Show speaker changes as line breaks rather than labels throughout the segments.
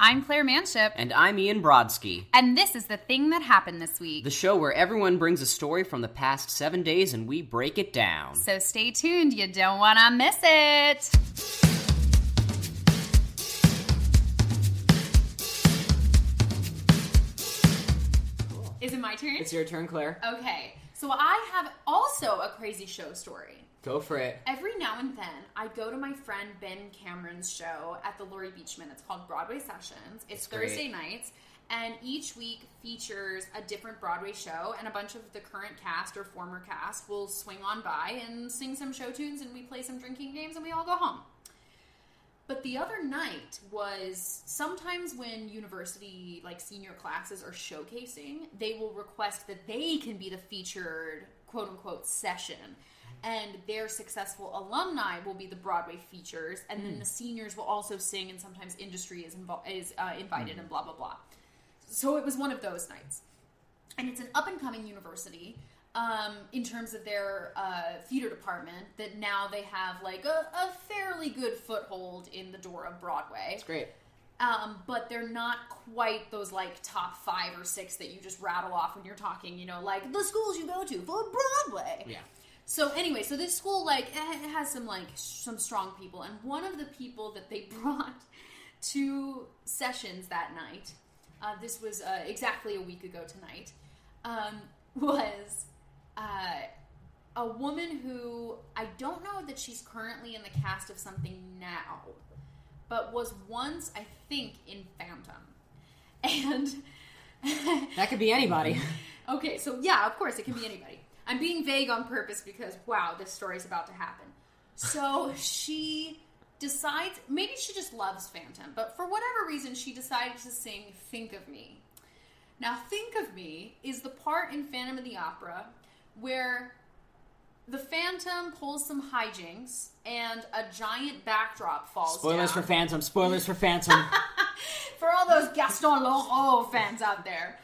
I'm Claire Manship,
And I'm Ian Brodsky,
and this is the thing that happened this week.
the show where everyone brings a story from the past seven days and we break it down.
So stay tuned, you don't want to miss it. Is it my turn?
It's your turn, Claire.
okay, so I have also a crazy show story.
Go for it.
Every now and then, I go to my friend Ben Cameron's show at the Laurie Beachman. It's called Broadway Sessions. It's
great.
Thursday nights, and each week features a different Broadway show, and a bunch of the current cast or former cast will swing on by and sing some show tunes, and we play some drinking games, and we all go home. But the other night was sometimes when university, like senior classes, are showcasing, they will request that they can be the featured quote unquote session. And their successful alumni will be the Broadway features, and then the seniors will also sing, and sometimes industry is, invo- is uh, invited, and blah, blah, blah. So it was one of those nights and it's an up and coming university um, in terms of their uh, theater department that now they have like a, a fairly good foothold in the door of Broadway.
It's great.
Um, but they're not quite those like top five or six that you just rattle off when you're talking, you know, like the schools you go to for Broadway.
Yeah.
So anyway, so this school like eh, it has some like some strong people, and one of the people that they brought to sessions that night, uh, this was uh, exactly a week ago tonight, um, was uh, a woman who I don't know that she's currently in the cast of something now, but was once I think in Phantom, and.
That could be anybody.
Okay, so yeah, of course, it can be anybody. I'm being vague on purpose because, wow, this story's about to happen. So she decides, maybe she just loves Phantom, but for whatever reason, she decided to sing Think of Me. Now, Think of Me is the part in Phantom of the Opera where the Phantom pulls some hijinks and a giant backdrop falls down.
Spoilers for Phantom. Spoilers for Phantom.
for all those Gaston Leroux fans out there.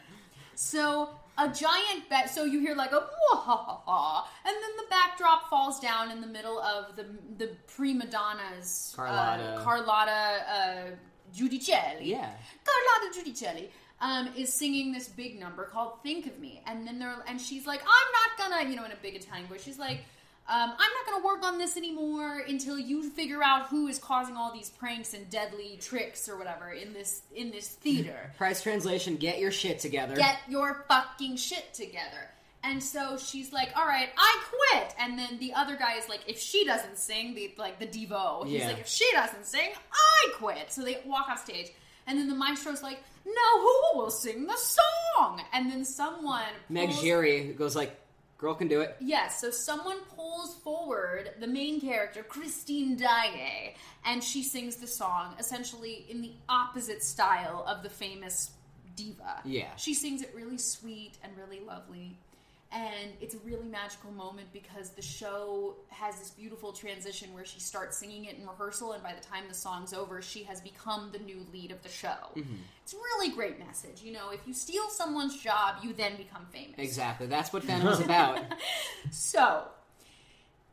So a giant bet. So you hear like a "Mwahaha," and then the backdrop falls down in the middle of the the prima donnas,
Carlotta.
uh, Carlotta uh, Giudicelli.
yeah.
Carlotta Giudicelli um, is singing this big number called "Think of Me," and then they're and she's like, "I'm not gonna," you know, in a big Italian voice, she's like. Um, I'm not going to work on this anymore until you figure out who is causing all these pranks and deadly tricks or whatever in this in this theater.
Price translation. Get your shit together.
Get your fucking shit together. And so she's like, "All right, I quit." And then the other guy is like, "If she doesn't sing, the like the devo, he's
Yeah.
like, if she doesn't sing, I quit." So they walk off stage, and then the maestro's like, "No, who will sing the song?" And then someone
Meg
pulls-
Giry goes like, "Girl can do it."
Yes, so someone pulls forward the main character, Christine Daae, and she sings the song essentially in the opposite style of the famous diva.
Yeah.
She sings it really sweet and really lovely. And it's a really magical moment because the show has this beautiful transition where she starts singing it in rehearsal, and by the time the song's over, she has become the new lead of the show.
Mm-hmm.
It's a really great message. You know, if you steal someone's job, you then become famous.
Exactly. That's what Phantom is about.
So,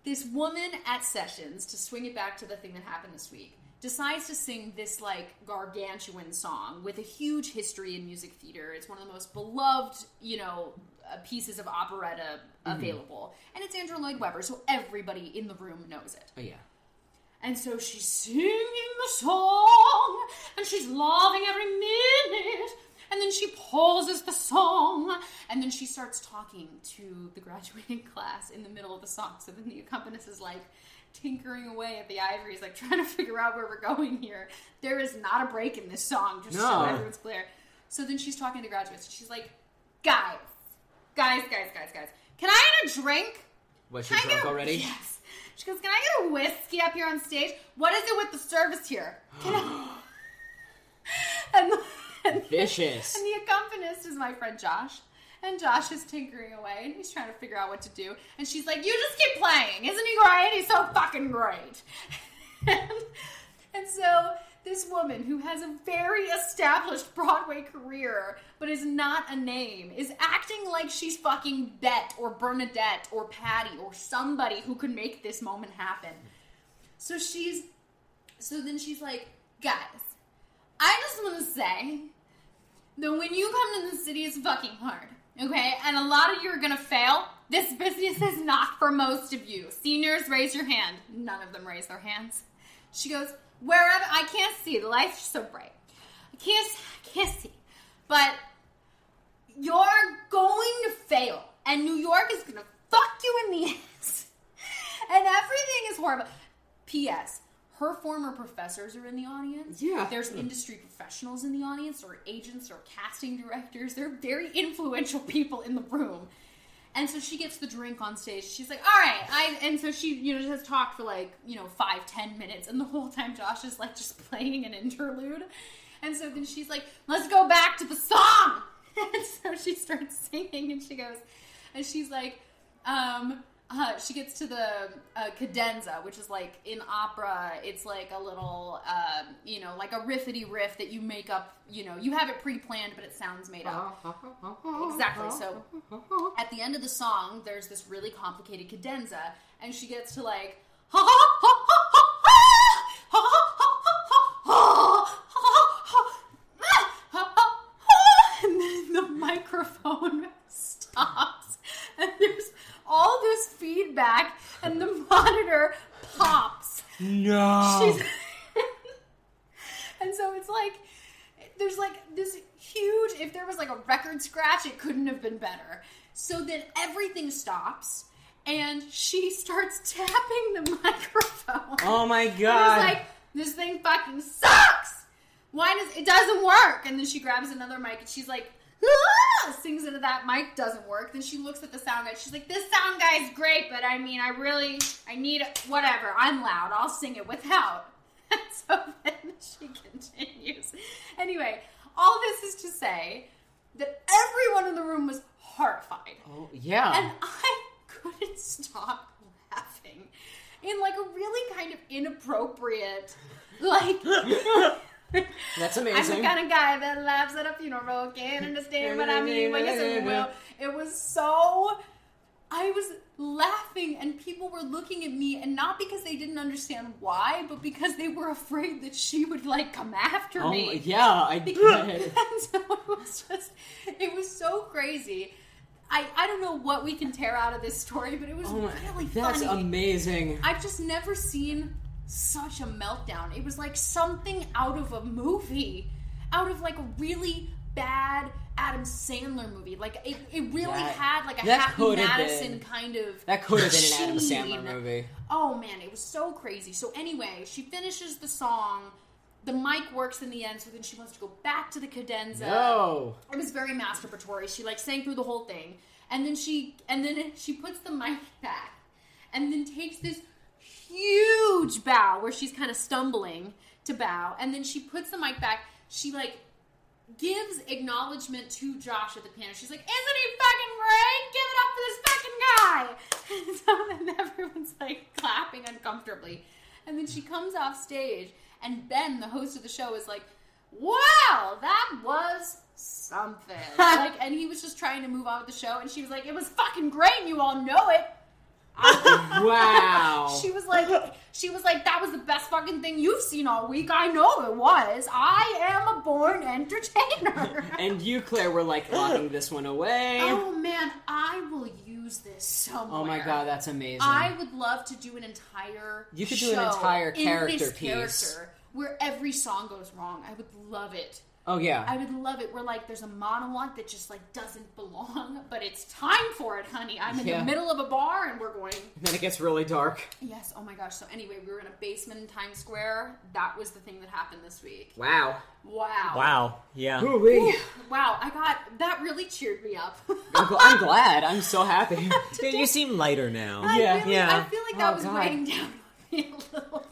this woman at sessions, to swing it back to the thing that happened this week, decides to sing this like gargantuan song with a huge history in music theater. It's one of the most beloved, you know, uh, pieces of operetta available. And it's Andrew Lloyd Webber, so everybody in the room knows it.
Oh yeah.
And so she's singing the song, and she's loving every minute. And then she pauses the song, and then she starts talking to the graduating class in the middle of the song. So then the accompanist is like tinkering away at the ivories, like trying to figure out where we're going here. There is not a break in this song, just so
No.
everyone's clear. So then she's talking to graduates. She's like, guys, guys, guys, guys, guys, can I get a drink?
Was she
Can I
drunk
get a-
already?
Yes. She goes, Can I get a whiskey up here on stage? What is it with the service here? Can I... and, the, and, the-
Vicious.
and the accompanist is my friend Josh. And Josh is tinkering away and he's trying to figure out what to do. And she's like, You just keep playing. Isn't he great? He's so fucking great. and, and so this woman who has a very established Broadway career but is not a name is acting like she's fucking Bet or Bernadette or Patty or somebody who could make this moment happen. So she's so then she's like, guys, I just want to say that when you come to the city, it's fucking hard. Okay, and a lot of you are gonna fail. This business is not for most of you. Seniors, raise your hand. None of them raise their hands. She goes, wherever I can't see. The lights are so bright. I can't, I can't see. But you're going to fail, and New York is gonna fuck you in the ass. And everything is horrible. P.S. Her former professors are in the audience.
Yeah.
There's industry professionals in the audience, or agents, or casting directors. They're very influential people in the room. And so she gets the drink on stage. She's like, "All right," I and so she, you know, just has talked for like you know five, ten minutes, and the whole time Josh is like just playing an interlude. And so then she's like, "Let's go back to the song." And so she starts singing, and she goes, and she's like, um, uh, she gets to the uh, cadenza, which is like in opera, it's like a little, um, you know, like a riffity riff that you make up. You know, you have it pre-planned, but it sounds made up. Exactly. So at the end of the song, there's this really complicated cadenza, and she gets to like ha ha ha ha ha ha ha ha ha ha ha ha and then the microphone stops, and there's all this feedback, and the monitor pops.
No.
She's and so it's like there's like this huge if there was like a record scratch it couldn't have been better so then everything stops and she starts tapping the microphone
oh my
I
god.
was like, this thing fucking sucks. Why does it doesn't work? And then she grabs another mic and she's like, "Ah!" sings into that mic doesn't work. Then she looks at the sound guy. She's like, this sound guy's great, but I mean, I really, I need whatever. I'm loud. I'll sing it without. And so then she continues. Anyway, all this is to say that everyone in the room was horrified.
oh, yeah.
And I couldn't stop laughing in like a really kind of inappropriate, like.
That's
I'm the
amazing.
kind of guy that laughs at a funeral. Can't understand what I mean, but yes, it will. It was so. I was laughing, and people were looking at me, and not because they didn't understand why, but because they were afraid that she would like come after
Oh,
me.
yeah, I did.
And so it was just, it was so crazy. I, I don't know what we can tear out of this story, but it was
Oh my,
really
that's
funny.
amazing.
I've just never seen such a meltdown. It was like something out of a movie, out of like a really bad Adam Sandler movie. Like it, it really
That-
had like a
that
Happy
could have
Madison
been-
kind of.
That could have been an Adam Sandler
sheen.
movie.
Oh man, it was so crazy. So anyway, she finishes the song. The mic works in the end, so then she wants to go back to the cadenza
No.
it was very masturbatory. She like sang through the whole thing, and then she and then she puts the mic back, and then takes this huge bow where she's kind of stumbling to bow, and then she puts the mic back. She like gives acknowledgement to Josh at the piano. She's like, "Isn't he fucking great? Give it up for this fucking guy!" And so then everyone's like clapping uncomfortably, and then she comes off stage, and Ben, the host of the show, is like, "Wow, that was." Something like, and he was just trying to move on with the show, and she was like, "It was fucking great, and you all know it."
Wow.
She was like, she was like, that was the best fucking thing you've seen all week. I know it was. I am a born entertainer.
and you, Claire, were like locking this one away.
oh man, I will use this somewhere.
Oh my god, that's amazing.
I would love to do an entire.
You could do an
show
entire
in
character
this
piece.
character where every song goes wrong. I would love it.
oh yeah.
I would love it. Where like there's a monologue that just like doesn't belong, but it's time for it, honey. I'm in
Yeah.
the middle of a bar and we're going
then it gets really dark.
Yes, oh my gosh. So anyway, we were in a basement in Times Square. That was the thing that happened this week.
Wow.
Wow.
Wow. Yeah.
Ooh-wee.
Wow, I got that really cheered me up.
I'm, gl- I'm glad. I'm so happy.
Dude, you seem lighter now.
I
Yeah.
really-
Yeah.
I feel like that
Oh,
was
God.
weighing down on me a little bit.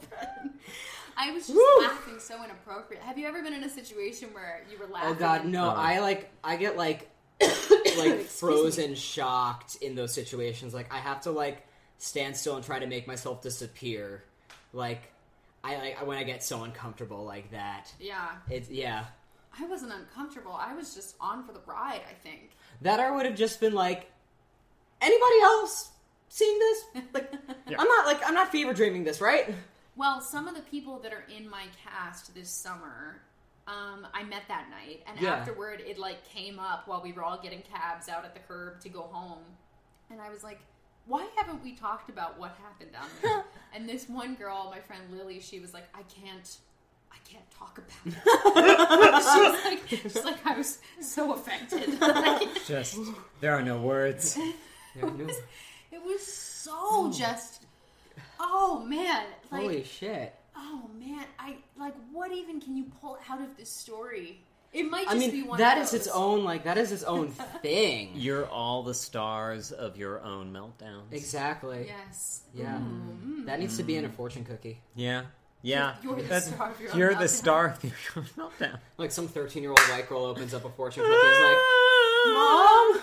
I was just
Woo.
laughing so inappropriate. Have you ever been in a situation where you were laughing?
Oh god,
and-
no.
Oh.
I like I get like like frozen shocked in those situations. Like I have to like stand still and try to make myself disappear. Like I like when I get so uncomfortable like that.
Yeah.
It's yeah.
I wasn't uncomfortable. I was just on for the ride, I think.
That I would have just been like anybody else seeing this? Like I'm not like I'm not fever dreaming this, right?
Well, some of the people that are in my cast this summer um, I met that night, and
Yeah.
afterward, it like came up while we were all getting cabs out at the curb to go home, and I was like, "Why haven't we talked about what happened down there?" and this one girl, my friend Lily, she was like, "I can't." I can't talk about it. she's like, she's like, I was so affected. Like,
Just there are no words.
Yeah, no.
it was so just, oh man, like,
Hmm. Holy shit.
Oh man, I like what even can you pull out of this story? It might
I
just be
mean,
one
that
of
is its
those.
own, like, that is its own thing.
You're all the stars of your own meltdowns.
Exactly.
Yes.
Yeah.
Mm.
That needs to be in a fortune cookie.
Yeah. Yeah.
You're the
That's-
star of your own
You're the
meltdown.
star of your own meltdown.
Like, some 13 year old white girl opens up a fortune cookie and is like, Mom!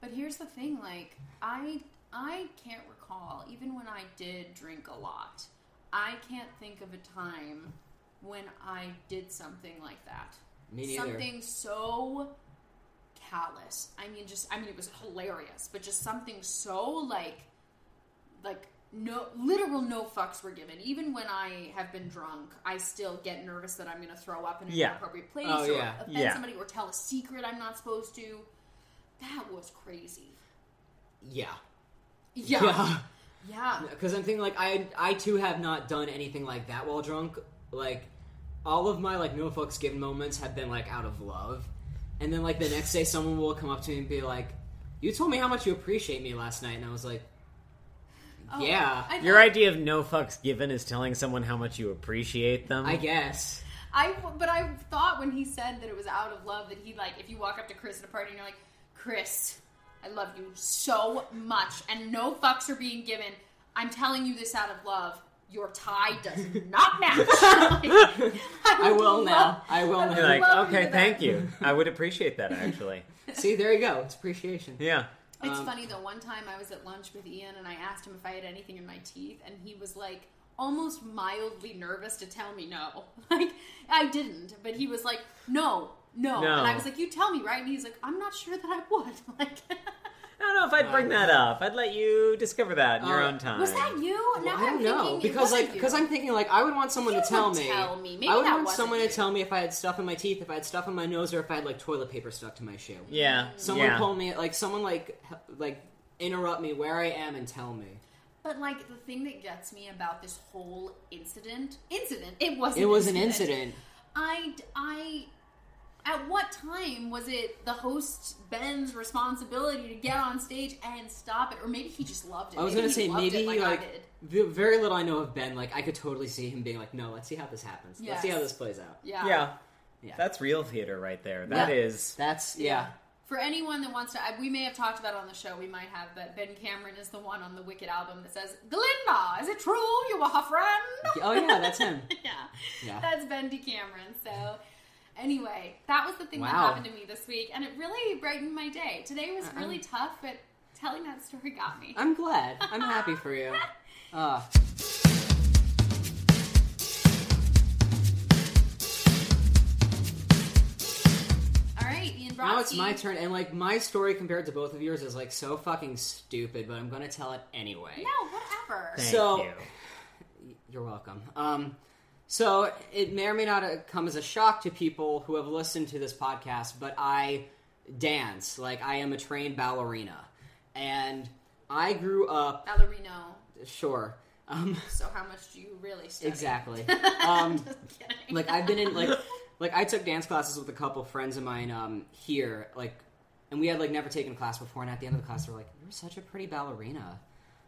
But here's the thing, like I I can't recall even when I did drink a lot. I can't think of a time when I did something like that.
Me neither.
something so callous. I mean, just I mean, it was hilarious, but just something so like, like no literal no fucks were given. Even when I have been drunk, I still get nervous that I'm going to throw up in an
Yeah.
inappropriate place
Oh,
or
yeah.
offend
Yeah.
somebody or tell a secret I'm not supposed to. That was crazy.
Yeah.
Yeah, yeah.
Yeah. Because I'm thinking, like, I, I too have not done anything like that while drunk. Like, all of my, like, no fucks given moments have been, like, out of love. And then, like, the next day, someone will come up to me and be like, You told me how much you appreciate me last night. And I was like,
Oh,
Yeah.
I
Your
thought-
idea of no fucks given is telling someone how much you appreciate them.
Uh-huh.
I guess.
I but I thought when he said that it was out of love that he like if you walk up to Chris at a party and you're like, Chris, I love you so much and no fucks are being given. I'm telling you this out of love. Your tie does not match. I,
I
would
will
love-
now. I will
I
now.
You're
would
like,
love to
okay,
do that.
thank you. I would appreciate that actually.
See, there you go. It's appreciation.
Yeah.
It's
Um,
funny though. One time I was at lunch with Ian and I asked him if I had anything in my teeth, and he was like almost mildly nervous to tell me no. Like I didn't, but he was like, "No, no,",
No.
and I was like, "You tell me, right?" And he's like, "I'm not sure that I would." Like,
I don't know if I'd bring that up. I'd let you discover that in your
Uh,
own time.
was that you?
Well,
now
I don't
am
know
thinking
because
it
like because I'm thinking like I would want someone
You
to tell
would
me.
tell me. Maybe
I would
that
want
wasn't
someone
you.
to tell me if I had stuff in my teeth, if I had stuff in my nose, or if I had like toilet paper stuck to my shoe.
Yeah.
Someone
yeah.
pull me like someone like he- like interrupt me where I am and tell me.
But like the thing that gets me about this whole incident, incident, it was
It was an incident.
I, I, at what time was it the host Ben's responsibility to get on stage and stop it, or maybe he just loved it?
I was
maybe
gonna say
loved
maybe
it
he,
like,
like
I did.
the very little I know of Ben, like I could totally see him being like, no, let's see how this happens. Let's see
Yes.
how this plays out.
yeah,
Yeah.
Yeah.
That's real theater right there. That
Yeah.
is.
That's yeah.
For anyone that wants to, I, we may have talked about it on the show, we might have, but Ben Cameron is the one on the Wicked album that says, "Glinda, is it true you were her friend?"
Oh yeah, that's him.
yeah.
Yeah.
That's Bendy Cameron. So, anyway, that was the thing that
Wow.
happened to me this week, and it really brightened my day. Today was
Uh-uh.
really tough, but telling that story got me.
I'm glad. I'm happy for you. Uh,
All right, Ian Brodsky.
now it's my turn, and like my story compared to both of yours is like so fucking stupid, but I'm gonna tell it anyway.
No, whatever.
Thank
So-
you.
You're welcome. Um, so it may or may not uh, come as a shock to people who have listened to this podcast, but I dance like I am a trained ballerina, and I grew up
Ballerino.
sure. Um,
So, how much do you really study?
exactly. Um,
Just kidding.
like I've been in like like I took dance classes with a couple friends of mine um here like and we had like never taken class before and at the end of the class they were like you're such a pretty ballerina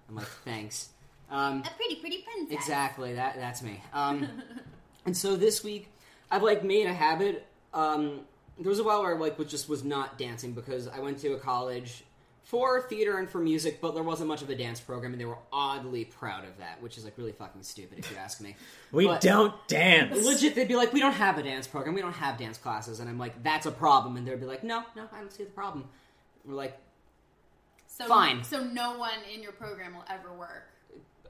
I'm like thanks um
a pretty, pretty princess.
exactly that that's me um and so this week I've like made a habit um there was a while where I like was just was not dancing because I went to a college for theater and for music but there wasn't much of a dance program and they were oddly proud of that which is like really fucking stupid if you ask me
We
But-
don't dance.
legit they'd be like we don't have a dance program we don't have dance classes and i'm like that's a problem and they'd be like no no i don't see the problem we're like
So,
Fine.
So, no one in your program will ever work.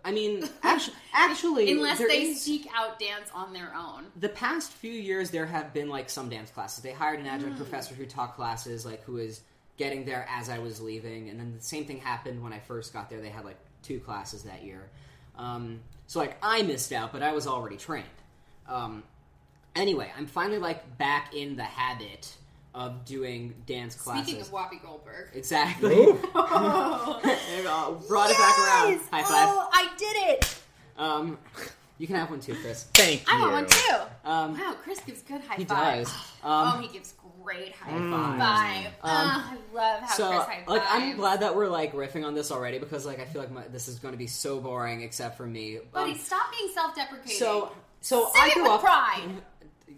i mean actually actually
Unless
there
they
is-
seek out dance on their own.
the past few years there have been like some dance classes they hired an adjunct
Hmm.
professor who taught classes like who was getting there as i was leaving and then the same thing happened when i first got there they had like two classes that year um, so like i missed out but i was already trained um, Anyway, I'm finally like back in the habit of doing dance classes.
Speaking of Whoopi Goldberg.
exactly.
Oh,
And, uh, brought it back around.
Yes!
High five.
Oh, I did it.
Um, you can have one too, Chris.
Thank you.
I want one too.
Um,
Wow, Chris gives good high
he
five.
does.
oh,
Um,
he gives great high
Mm.
five. Ah, I love how
so
Chris high
like, I'm
fives.
glad that we're like riffing on this already because like I feel like my, this is going to be so boring except for me.
Buddy,
Um,
stop being self-deprecating.
so so
Sing
I
it
grew
with
up.
pride.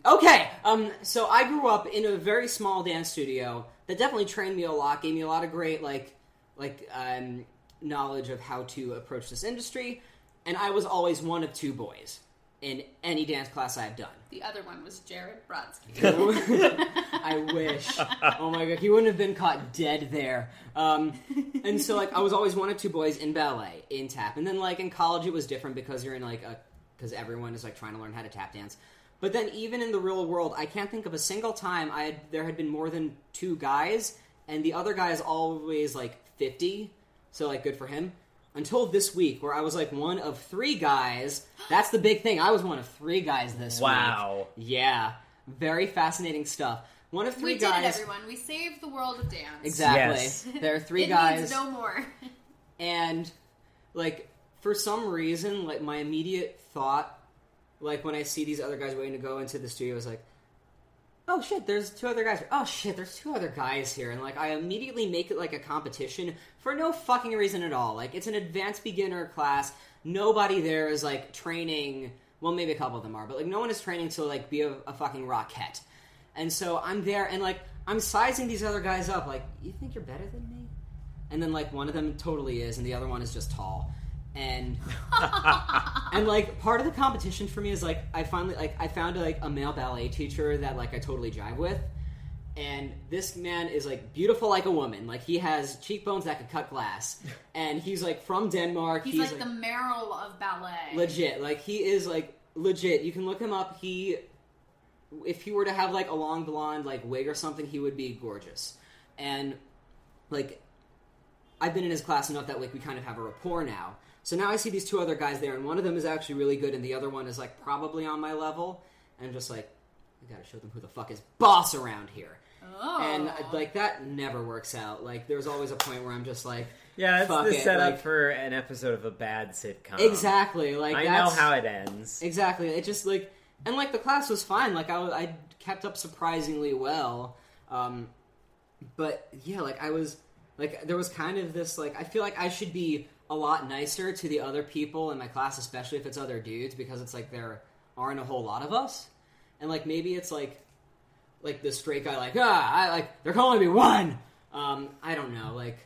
Okay, um, so I grew up in a very small dance studio that definitely trained me a lot, gave me a lot of great like like um, knowledge of how to approach this industry, and I was always one of two boys in any dance class I've done.
The other one was Jared Brodsky.
I wish. Oh my god, he wouldn't have been caught dead there. Um, and so, like, I was always one of two boys in ballet, in tap, and then like in college it was different because you're in like a because everyone is like trying to learn how to tap dance. But then even in the real world, I can't think of a single time I had there had been more than two guys, and the other guy is always like fifty, so like good for him. Until this week, where I was like one of three guys. That's the big thing. I was one of three guys this week.
Wow.
Yeah, very fascinating stuff. One of three
we
guys.
did it, everyone. We saved the world of dance.
Exactly.
Yes.
There are three
it
guys,
needs no more.
and like for some reason, like my immediate thought, like when I see these other guys waiting to go into the studio, is like, oh shit, there's two other guys. Oh shit, there's two other guys here, and like I immediately make it like a competition for no fucking reason at all. Like it's an advanced beginner class. Nobody there is like training. Well, maybe a couple of them are, but like no one is training to like be a, a fucking rocket. And so I'm there, and like I'm sizing these other guys up. Like, you think you're better than me? And then like one of them totally is, and the other one is just tall. And and like part of the competition for me is like I finally like I found like a male ballet teacher that like I totally jive with, and this man is like beautiful like a woman. Like he has cheekbones that could cut glass, and he's like from Denmark.
He's, like, the Merrill of ballet.
legit. Like he is like legit. You can look him up. He, if he were to have like a long blonde like wig or something, he would be gorgeous. And like, I've been in his class enough that like we kind of have a rapport now. So now I see these two other guys there, and one of them is actually really good, and the other one is like probably on my level. And I'm just like, I gotta show them who the fuck is boss around here.
oh.
And like that never works out. Like there's always a point where I'm just like,
Yeah, it's
Fuck
the
it,
setup
like-
for an episode of a bad sitcom.
exactly. Like
Um, I know
that's,
how it ends.
Exactly. It just like and like the class was fine. Like I, wa- I kept up surprisingly well. Um, but yeah, like I was like there was kind of this like I feel like I should be a lot nicer to the other people in my class, especially if it's other dudes, because it's like there aren't a whole lot of us. And like maybe it's like like the straight guy like ah I like there can only be one. Um, I don't know. Like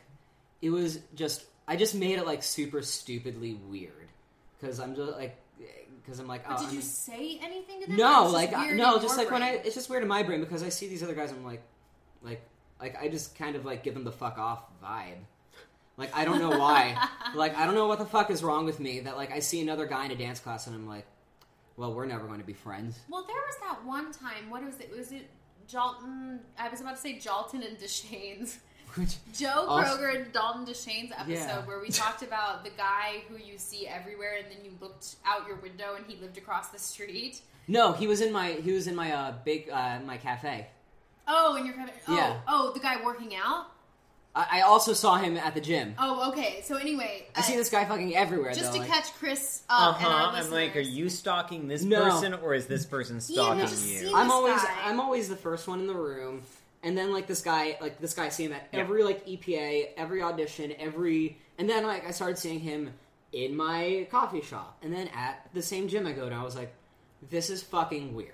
it was just I just made it like super stupidly weird because I'm just like because I'm like oh
But did
I'm-
you say anything to them?
no,
It's
like
just
I,
weird
no,
in
just
your
like when I,
brain.
it's just weird in my brain because I see these other guys, I'm like, like, like I just kind of like give them the fuck off vibe. Like I don't know why. like I don't know what the fuck is wrong with me that like I see another guy in a dance class and I'm like, well, we're never going to be friends.
Well, there was that one time. What was it? Was it Jalton? I was about to say Jalton and Deshane's.
Which
Joe
Also-
Kroger and Dalton Deshane's episode
Yeah.
where we talked about the guy who you see everywhere, and then you looked out your window and he lived across the street.
no, he was in my he was in my uh big uh my cafe.
Oh, and you're kind of oh
Yeah.
oh the guy working out.
I, I also saw him at the gym.
Oh, okay. So anyway,
I see
uh,
this guy fucking everywhere.
just
though,
to
like- Uh-huh.
catch Chris
Uh
up. and
huh.
our
I'm like, are
listeners.
you stalking this
No.
person or is this person stalking
just
you?
seen-
I'm
this
always
guy.
I'm always the first one in the room, and then like this guy like this guy I see him at
Yeah.
every like EPA, every audition, every and then like I started seeing him in my coffee shop, and then at the same gym I go to, I was like, this is fucking weird.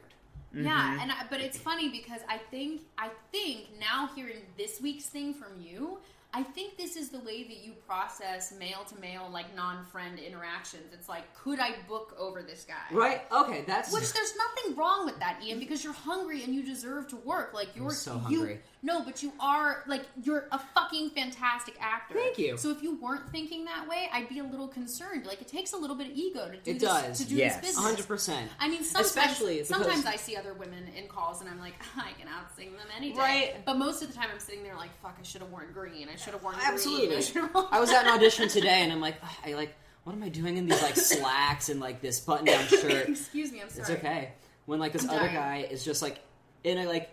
Mm-hmm.
Yeah, and I, but it's funny because I think I think now hearing this week's thing from you, I think this is the way that you process male to male like non-friend interactions. It's like, could I book over this guy?
Right? Okay, that's
Which there's nothing wrong with that, Ian, because you're hungry and you deserve to work. Like you're
so
you-
hungry.
no, but you are like you're a fucking fantastic actor.
Thank you.
So if you weren't thinking that way, I'd be a little concerned. Like it takes a little bit of ego to do
It
this,
does.
to do
Yes.
this business.
100. percent
I mean, sometimes,
Especially because-
sometimes I see other women in calls and I'm like, I can outsing them any day.
Right.
But most of the time I'm sitting there like, fuck, I should have worn green. I should have worn green.
Absolutely.
I should've worn-"
I was at an audition today, and I'm like, "Ugh," I like, what am I doing in these like slacks and like this button down shirt?
Excuse me, I'm sorry.
It's okay. When like this
I'm
other
dying.
guy is just like in a like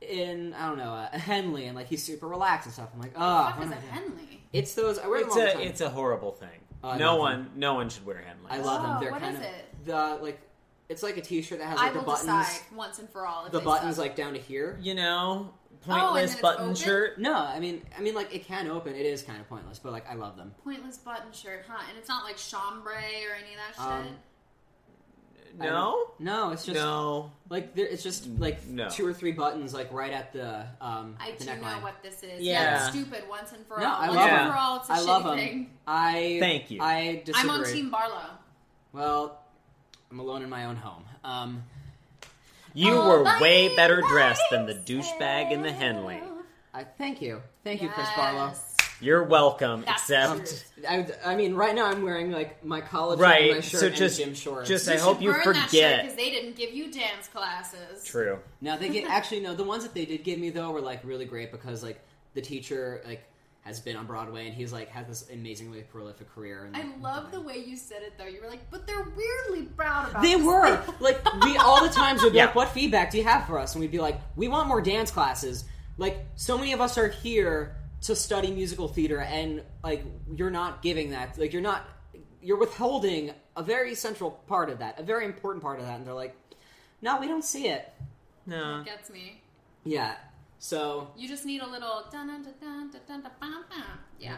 in I don't know a Henley and like he's super relaxed and stuff. I'm like, oh,
Fuck
what
is
am
a
I doing?"
Henley?
it's those. I wear
It's
them all the
a
time. Oh,
it's a horrible thing.
I
no
love
one no one should wear Henleys.
I love them.
Oh,
They're
what
kind
is
of
it?
the like it's like a T-shirt that has
I
like the
will
buttons.
decide once and for all. If
The
they
buttons
suck.
like down to here.
you know
Oh,
and then
pointless
it's
button
open?
shirt.
No, I mean, I mean, like it can open. It is kind of pointless, but like I love them.
pointless button shirt, huh? And it's not like chambray or any of that shit.
Um, I
No,
don't- no, it's just
no. Mm,
like there, it's just like
No.
two or three buttons like right at the um
I
the
do
neckline.
know what this is.
Yeah.
Yeah, it's stupid. Once and for
No,
all.
I
once
love
and
them.
for all, it's a
I
shitty
love them.
thing.
I
Thank you.
I disagree.
I'm on Team Barlow.
Well, I'm alone in my own home. Um,
You
Oh
All
were
by
way better dressed than the
myself.
douchebag in the Henley.
I thank you, thank you, Chris
Yes.
Barlow.
You're welcome,
That's
Um,
except
true.
I, I mean, right now I'm wearing like my college
Right,
and my shirt
so
and
just-
gym shorts.
just-
You
I hope
should
you
burn
forget.
because they didn't give you dance classes.
true.
Now they get actually no. The ones that they did give me though were like really great because like the teacher like has been on Broadway and he's like has this amazingly prolific career. And,
I
like,
love the way you said it though. You were like, but they're weirdly proud about.
They
this."
were like we all the times would be
Yeah.
like, "What feedback do you have for us?" And we'd be like, "We want more dance classes." Like so many of us are here to study musical theater, and like you're not giving that. Like you're not you're withholding a very central part of that, a very important part of that. And they're like, "No, we don't see it."
No,
Gets me.
Yeah. So
You just need a little dun dun dun dun dun dun dun dun. Yeah.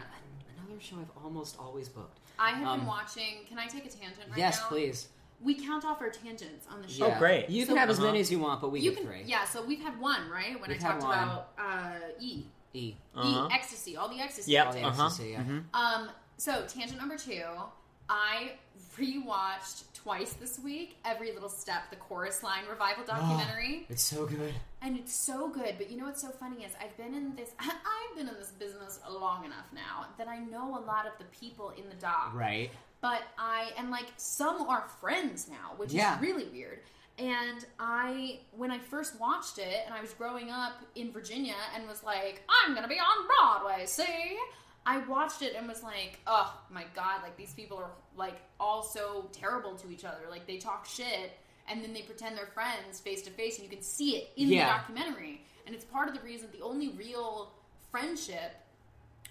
another show I've almost always booked.
I have
Um,
been watching. Can I take a tangent right
yes,
now?
please.
We count off our tangents on the show.
Yeah.
Oh, great.
You can have as
Uh-huh.
many as you want, but we
You
get
can,
three.
yeah. So we've had one, right? When
We've
I
had
talked
one.
about uh, E,
E.
Uh-huh.
E ecstasy, all the ecstasy.
Yep.
All the
Uh-huh.
ecstasy, yeah.
Um. So tangent number two, I rewatched twice this week every little step the chorus line revival documentary,
It's so good.
and it's so good. But you know what's so funny is I've been in this, I've been in this business long enough now that I know a lot of the people in the doc,
Right.
but I and like some are friends now, which
Yeah.
is really weird. And I, when I first watched it, and I was growing up in Virginia and was like, I'm gonna be on Broadway, see? I watched it and was like, oh my god, like these people are like all so terrible to each other. Like they talk shit and then they pretend they're friends face to face, and you can see it in
Yeah.
the documentary. And it's part of the reason the only real friendship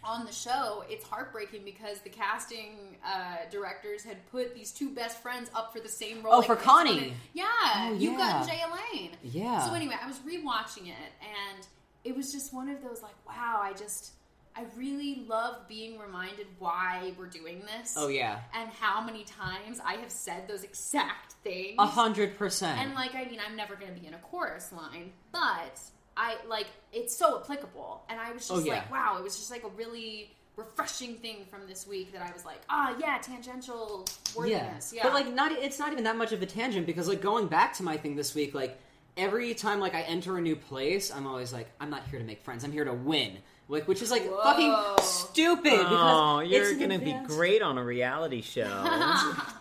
on the show, it's heartbreaking because the casting uh, directors had put these two best friends up for the same role.
Oh, for
this
Connie.
one. Yeah,
Oh,
you got
yeah.
Jay Elaine.
Yeah.
So anyway, I was rewatching it, and it was just one of those like, wow, I just, I really love being reminded why we're doing this.
Oh yeah.
And how many times I have said those exact things.
A hundred percent.
And like, I mean, I'm never going to be in a chorus line, but I like it's so applicable. And I was just
Oh, yeah.
like, wow, it was just like a really refreshing thing from this week that I was like, ah, yeah, tangential worthiness. Yeah.
But like not e, it's not even that much of a tangent because like going back to my thing this week, like every time like I enter a new place, I'm always like, I'm not here to make friends, I'm here to win. Like which is like
Whoa.
fucking stupid
Oh,
because
you're
it's an
gonna be
advance-
great on a reality show.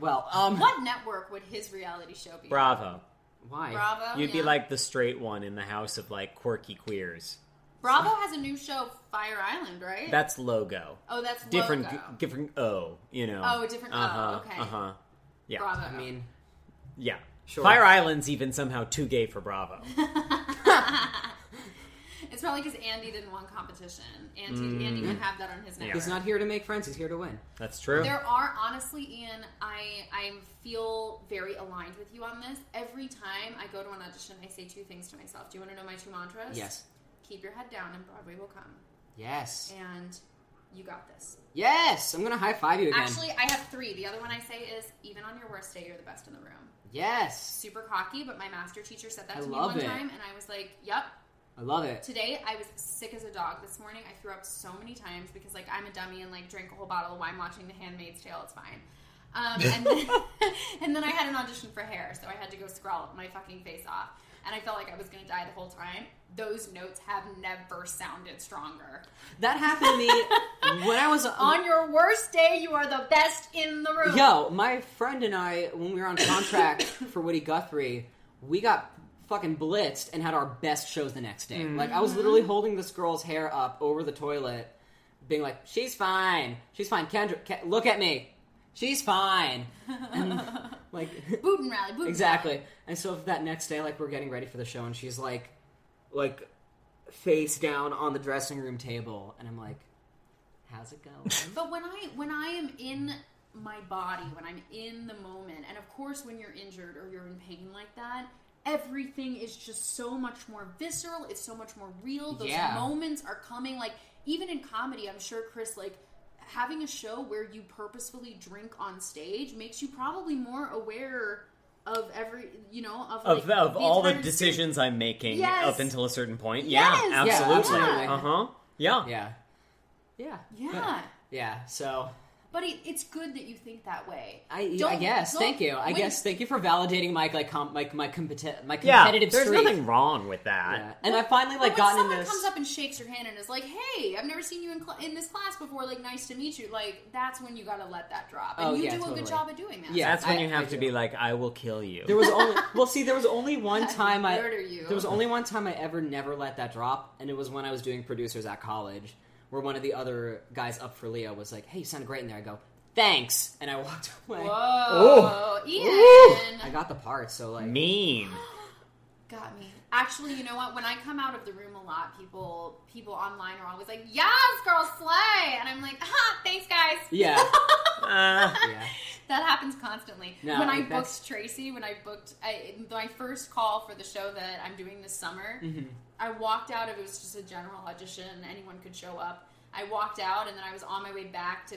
Well, um
what network would his reality show be?
Bravo.
why?
Bravo.
You'd be
yeah.
like the straight one in the house of like quirky queers.
Bravo has a new show, Fire Island, right?
That's logo.
oh, that's
Different,
Logo.
different O. You know.
Oh, different O,
Uh-huh,
okay.
Uh huh. Yeah.
Bravo.
I mean
Yeah.
Sure.
Fire Island's even somehow too gay for Bravo.
it's probably because Andy didn't want competition. Andy, Andy didn't have that on his network.
he's not here to make friends, he's here to win.
That's true.
There are honestly, Ian. I I feel very aligned with you on this. Every time I go to an audition, I say two things to myself. Do you want to know my two mantras?
Yes.
Keep your head down, and Broadway will come.
Yes.
And you got this.
Yes, I'm gonna high five you again.
Actually, I have three. The other one I say is, even on your worst day, you're the best in the room.
yes,
Super cocky, but my master teacher said that
I
to me
love
one
it.
time, and I was like, "Yep."
I love it.
Today I was sick as a dog. This morning I threw up so many times because like I'm a dummy and like drank a whole bottle of wine watching The Handmaid's Tale. It's fine. Um, and then and then I had an audition for hair, so I had to go scrawl my fucking face off, and I felt like I was gonna die the whole time. Those notes have never sounded stronger.
That happened to me when I was
On your worst day, you are the best in the room.
Oh. Yo, my friend and I, when we were on contract for Woody Guthrie, we got fucking blitzed and had our best shows the next day. Like I was literally holding this girl's hair up over the toilet, being like, "She's fine, she's fine." Kendra, Ke- look at me, she's fine. And, Like
Booten rally. Booten
exactly. And so that next day, like we're getting ready for the show, and she's like, like face down on the dressing room table, and I'm like, how's it going?
But when I when I am in my body, when I'm in the moment, and of course when you're injured or you're in pain like that, everything is just so much more visceral, it's so much more real. Those
Yeah.
moments are coming like even in comedy, I'm sure Chris like having a show where you purposefully drink on stage makes you probably more aware of every, you know, of like,
of of all the
entire experience.
decisions I'm making
Yes.
up until a certain point.
Yes.
Yeah,
Yeah,
absolutely.
absolutely.
Uh huh. Yeah.
yeah, yeah,
Yeah.
yeah. So
But it, it's good that you think that way.
I, I
Don't-
guess.
don't-
Thank you. I
when-
guess. Thank you for validating my like com- my my, competi- my
Yeah.
competitive
There's
streak.
nothing wrong with that.
Yeah. And I finally like
But when
gotten in
someone
this.
comes up and shakes your hand and is like, "Hey, I've never seen you in, cl- in this class before. Like, nice to meet you." Like, that's when you got to let that drop, and
Oh,
you
yeah,
do a
totally.
good job of doing that.
Yeah.
That's when
I-
you have
I
to
do.
be like, I will kill you.
There was only well, see, there was only one time I
murder you.
there was only one time I ever never let that drop, and it was when I was doing producers at college, where one of the other guys up for Leo was like, "Hey, you sounded great in there." I go, "Thanks," and I walked away.
Whoa,
I
Ian
got the part, so like,
mean.
got me. Actually, you know what? When I come out of the room a lot, people people online are always like, "Yes, girl, slay," and I'm like, "Ha, thanks, guys."
yeah,
Uh,
yeah,
That happens constantly.
No,
when I
like,
booked
that's-
Tracy, when I booked I, my first call for the show that I'm doing this summer,
Mm-hmm.
I walked out of it was just a general audition. Anyone could show up. I walked out, and then I was on my way back to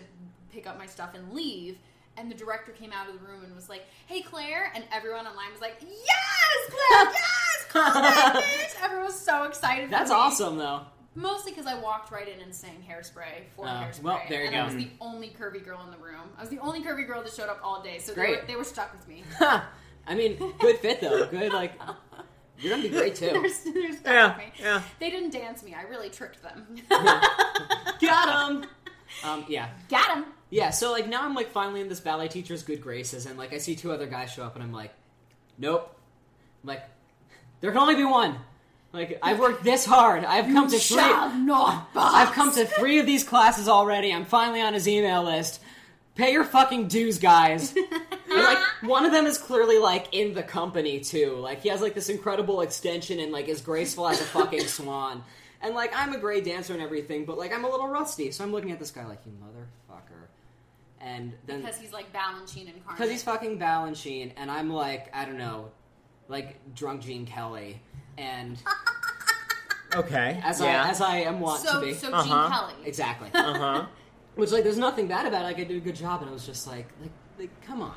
pick up my stuff and leave. And the director came out of the room and was like, "Hey, Claire!" And everyone online was like, "Yes, Claire! yes, call that bitch!" Everyone was so excited. for
that's
me.
awesome though.
Mostly because I walked right in and sang Hairspray for
Oh,
Hairspray.
well, there you
and
go.
I was the only curvy girl in the room. I was the only curvy girl that showed up all day, so They,
Great.
were, they were stuck with me.
I mean, good fit though. Good like, you're gonna be great
they're,
too.
they're stuck
yeah.
with me.
Yeah.
They didn't dance me. I really tricked them.
Got him. Um, yeah.
Got him.
Yeah, so like now I'm like finally in this ballet teacher's good graces, and like I see two other guys show up, and I'm like, nope. I'm like, there can only be one. Like I've worked this hard. I've come to three.
Shall not box.
I've come to three of these classes already. I'm finally on his email list. Pay your fucking dues, guys. And, like
Uh-huh.
one of them is clearly like in the company too. Like he has like this incredible extension and like is graceful as a fucking swan. And like I'm a great dancer and everything, but like I'm a little rusty. So I'm looking at this guy like you motherfucker. And then
because he's like Balanchine and Carmen.
because he's fucking Balanchine, and I'm like I don't know, like drunk Gene Kelly. And
Okay.
as
yeah.
I as I am wont
so
to be,
so Gene
Uh-huh.
Kelly.
exactly.
uh huh.
Which like, there's nothing bad about it. Like, I did a good job, and I was just like, like, like, come on.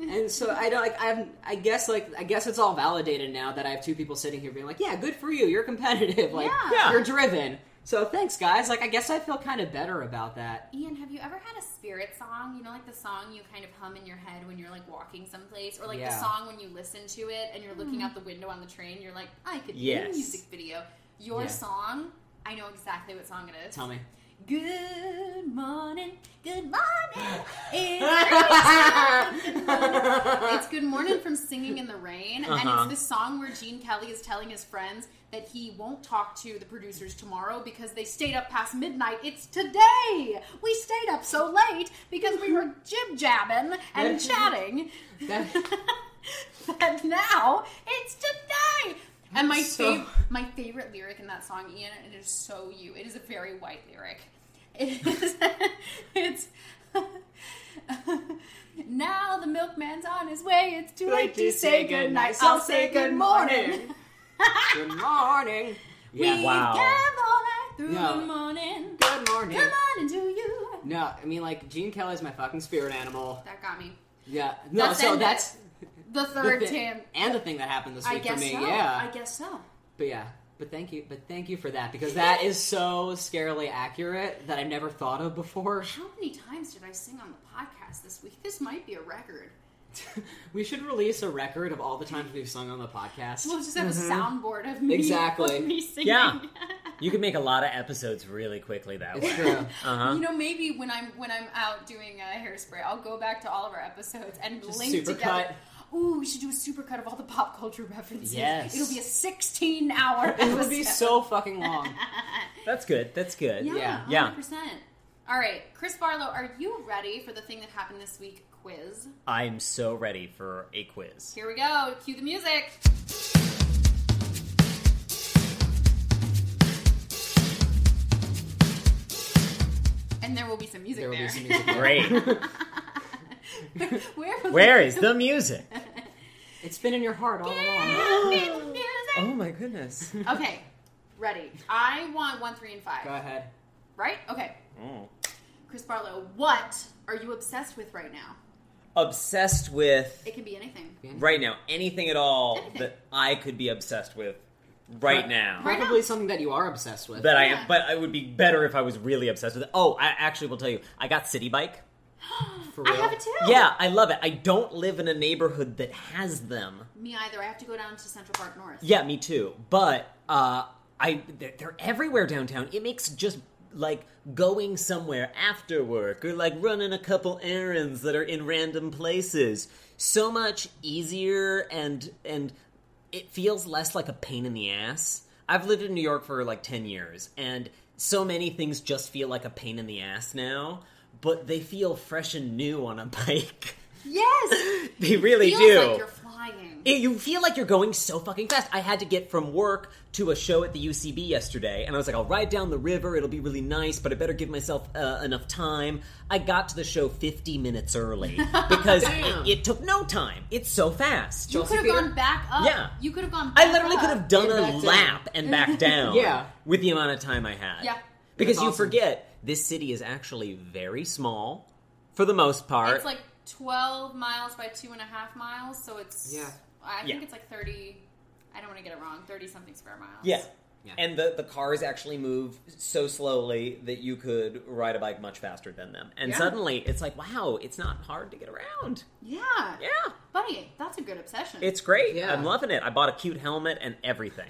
And so I don't like. I'm. I guess like. I guess it's all validated now that I have two people sitting here being like, yeah, good for you. You're competitive. Like,
Yeah.
Yeah.
you're driven. So thanks, guys. Like, I guess I feel kind of better about that.
Ian, have you ever had a spirit song? You know, like the song you kind of hum in your head when you're like walking someplace, or like
Yeah.
the song when you listen to it and you're looking out the window on the train. You're like, I could do
Yes.
a music video. Your
Yeah.
song, I know exactly what song it is.
Tell me.
Good morning, good morning. It's, good morning. It's Good Morning from Singing in the Rain,
Uh-huh.
and it's this song where Gene Kelly is telling his friends that he won't talk to the producers tomorrow because they stayed up past midnight. It's today. We stayed up so late because we were jib jabbing and chatting.
That-
and now it's today. And my
So-
fav- my favorite lyric in that song, Ian, and it is so you. It is a very white lyric. It is, it's now the milkman's on his way. It's too late to say good night. I'll say good morning.
Good morning.
We
Yeah.
Wow.
came all night through
No.
the morning.
Good morning.
Come on and do you.
No, I mean like Gene Kelly's my fucking spirit animal.
That got me.
Yeah. No,
That's
so
it.
that's
The
the
third
thing,
time.
and the thing that happened this
I
week
guess
for me.
so.
Yeah.
I guess so.
But yeah, but thank you, but thank you for that because that is so scarily accurate that I never thought of before.
How many times did I sing on the podcast this week? This might be a record.
we should release a record of all the times we've sung on the podcast.
We'll just have a soundboard of me,
Mm-hmm. Exactly.
of me singing.
Yeah. You can make a lot of episodes really quickly that
It's
way.
true.
Uh huh.
You know, maybe when I'm when I'm out doing uh, hairspray, I'll go back to all of our episodes and
Just
link
supercut.
together. Ooh, we should do a supercut of all the pop culture references.
Yes.
it'll be a 16 hour.
It would be
episode.
so fucking long.
That's good. That's good.
Yeah,
yeah,
yeah,
yeah.
All right, Chris Barlow, are you ready for the thing that happened this week? quiz.
I'm so ready for a quiz.
Here we go. Cue the music. And there will be some music
There
there.
will be some music. there.
Great.
Where was
Where is the music?
It's been in your heart all along.
Yeah, it's music.
Oh my goodness.
Okay, ready. I want one, three, and
Go
five.
ahead.
Right? Okay.
Mm.
Chris Barlow, what are you obsessed with right now?
Obsessed with
It can be anything.
right now anything at all
Anything.
that I could be obsessed with right
Right.
now.
Right
Probably
now.
something that you are obsessed with.
That I
Yeah.
but it would be better if I was really obsessed with it. Oh, I actually will tell you. I got City Bike.
For
I
real.
have it too.
Yeah, I love it. I don't live in a neighborhood that has them.
Me either. I have to go down to Central Park North.
Yeah, me too. But uh, I they're, they're everywhere downtown. It makes just like going somewhere after work or like running a couple errands that are in random places so much easier and and it feels less like a pain in the ass. I've lived in New York for like 10 years and so many things just feel like a pain in the ass now, but they feel fresh and new on a bike.
Yes.
they really
Feels
do.
like you're flying.
It- you feel like you're going so fucking fast. I had to get from work to a show at the UCB yesterday, and I was like, I'll ride down the river. It'll be really nice, but I better give myself uh, enough time. I got to the show 50 minutes early because
Damn.
it, it took no time. It's so fast.
you could have
Feeder?
gone back up.
Yeah.
You could have gone. Back
I literally
up.
could have done
And
a
back down.
lap and back down.
Yeah.
With the amount of time I had.
Yeah.
Because
That's
you
awesome.
forget this city is actually very small for the most part.
It's like twelve miles by two and a half miles, so it's.
Yeah.
I think
Yeah.
it's like thirty. I don't want to get it wrong. Thirty something square miles.
Yeah.
Yeah.
And the, the cars actually move so slowly that you could ride a bike much faster than them. And
Yeah.
suddenly it's like, wow, it's not hard to get around.
Yeah.
Yeah.
Buddy, that's a good obsession.
It's great.
Yeah.
I'm loving it. I bought a cute helmet and everything.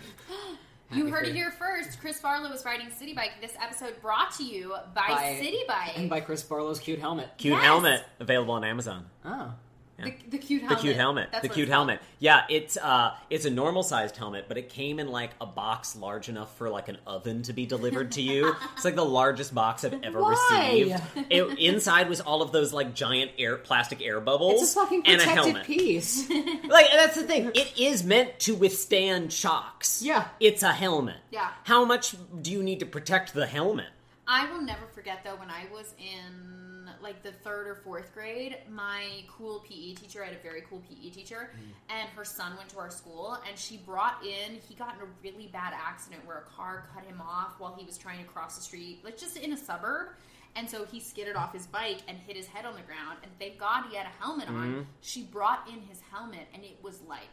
you
Happy
heard
for
it
you.
here first. Chris Farlow is riding City Bike. This episode brought to you by,
By-
City Bike.
And by Chris Barlow's cute helmet.
Cute
Yes.
helmet available on Amazon.
Oh.
the, the cute
The
helmet.
cute helmet.
That's
the
what
cute
it's called.
helmet. Yeah, it's uh it's a normal sized helmet, but it came in like a box large enough for like an oven to be delivered to you. it's like the largest box I've ever
Why?
received. It, inside was all of those like giant air plastic air bubbles
It's a fucking
and a
protected
helmet.
piece.
Like that's the thing. It is meant to withstand shocks.
Yeah.
It's a helmet.
Yeah.
How much do you need to protect the helmet?
I will never forget though when I was in like the third or fourth grade, my cool PE teacher, I had a very cool PE teacher, and her son went to our school and she brought in he got in a really bad accident where a car cut him off while he was trying to cross the street, like just in a suburb. And so he skidded off his bike and hit his head on the ground and thank God he had a helmet on. She brought in his helmet and it was like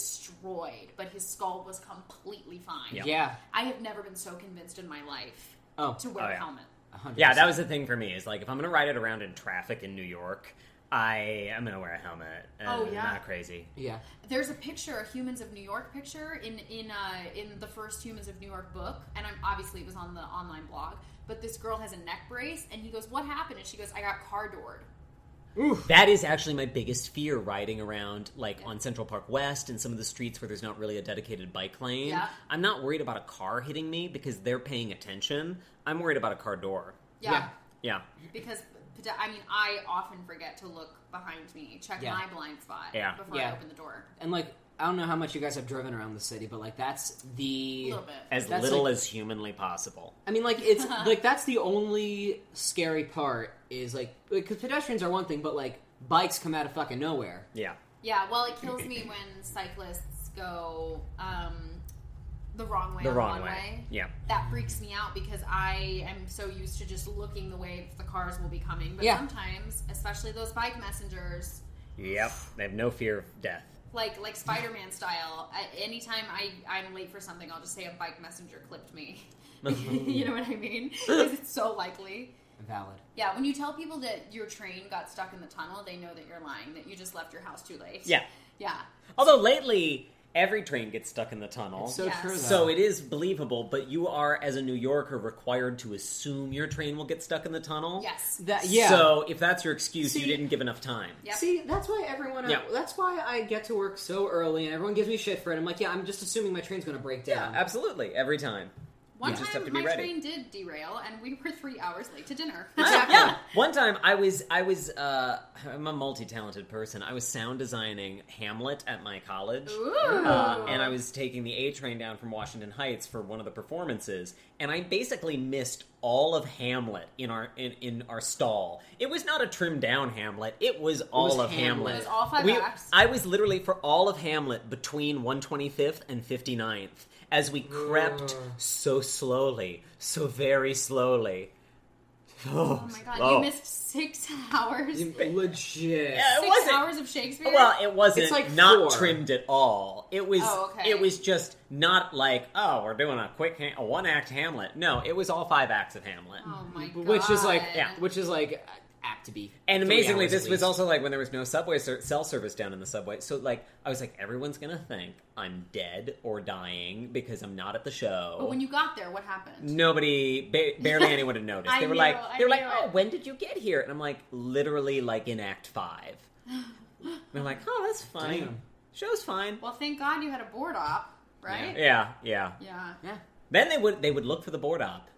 destroyed, but his skull was completely fine.
Yeah.
yeah.
I have never been so convinced in my life
Oh.
to wear
Oh,
a
yeah.
helmet.
100%.
Yeah, that was the thing for me. Is like if I'm gonna ride it around in traffic in New York, I am gonna wear a helmet. And
Oh, yeah.
Not crazy.
Yeah.
There's a picture, a Humans of New York picture, in in uh, in the first Humans of New York book, and I'm obviously it was on the online blog. But this girl has a neck brace, and he goes, "What happened?" And she goes, "I got car doored."
That is actually my biggest fear riding around like on Central Park West and some of the streets where there's not really a dedicated bike lane.
Yeah.
I'm not worried about a car hitting me because they're paying attention. I'm worried about a car door.
Yeah,
Yeah.
Yeah.
because pede- I mean, I often forget to look behind me, check
Yeah.
my blind spot
Yeah.
before I
Yeah.
open the door.
And like, I don't know how much you guys have driven around the city, but like, that's
A
the.
little bit.
As
That's
little
like-
as humanly possible.
I mean, like it's like that's the only scary part is like because pedestrians are one thing, but like bikes come out of fucking nowhere.
Yeah.
yeah, well, it kills me when cyclists go um, the wrong way.
The
on
wrong
one
way. Yeah.
that freaks me out because I am so used to just looking the way the cars will be coming. But
Yeah.
sometimes, especially those bike messengers,
Yep. They have no fear of death.
like like Spider Man style, I- anytime I I'm late for something, I'll just say a bike messenger clipped me. you know what I mean? Because it's so likely.
Valid.
Yeah, when you tell people that your train got stuck in the tunnel, they know that you're lying, that you just left your house too late.
Yeah.
Yeah.
Although lately every train gets stuck in the tunnel.
So
Yes.
true. Though.
So it is believable, but you are as a New Yorker required to assume your train will get stuck in the tunnel.
Yes.
that yeah.
So if that's your excuse, you
See-
didn't give enough time.
Yep.
See, that's why everyone. uh,
Yeah.
That's why I get to work so early, and everyone gives me shit for it. I'm like, yeah, I'm just assuming my train's gonna break
Yeah,
down.
absolutely. Every time.
One
You just
time,
have to be
my
ready.
train did derail, and we were three hours late to dinner.
Ah, yeah. One time I was I was uh I'm a multi-talented person. I was sound designing Hamlet at my college.
Ooh.
Uh, and I was taking the A train down from Washington Heights for one of the performances, and I basically missed all of Hamlet in our in, in our stall. It was not a trimmed down Hamlet; it was all of
Hamlet.
Hamlet.
It was
all five
We-
acts.
I was literally for all of Hamlet between 125th and 59th as we crept
Ugh.
so slowly, so very slowly.
oh my god,
Oh.
you missed six hours.
You- Legit.
Yeah. oh
six
wasn't-
hours of Shakespeare.
Well, it wasn't
It's like
not
four.
trimmed at all. It was
Oh, okay.
it was just not like oh we're doing a quick ha- a one act Hamlet. No, it was all five acts of Hamlet.
oh my god,
Which is like,
Yeah.
which is like apt to be.
And
three
amazingly,
hours at
this was
least.
also like when there was no subway ser- cell service down in the subway. So like I was like everyone's gonna think I'm dead or dying because I'm not at the show.
But when you got there, what happened?
Nobody, ba- barely anyone had noticed.
I
They were
knew,
like,
I
they were like,
knew
oh,
it."
when did you get here? And I'm like, literally, like in Act Five. And they're like, oh, that's fine.
Damn.
Show's fine.
Well, thank God you had a board op, right?
Yeah, yeah.
Yeah.
Yeah.
Then they would they would look for the board op.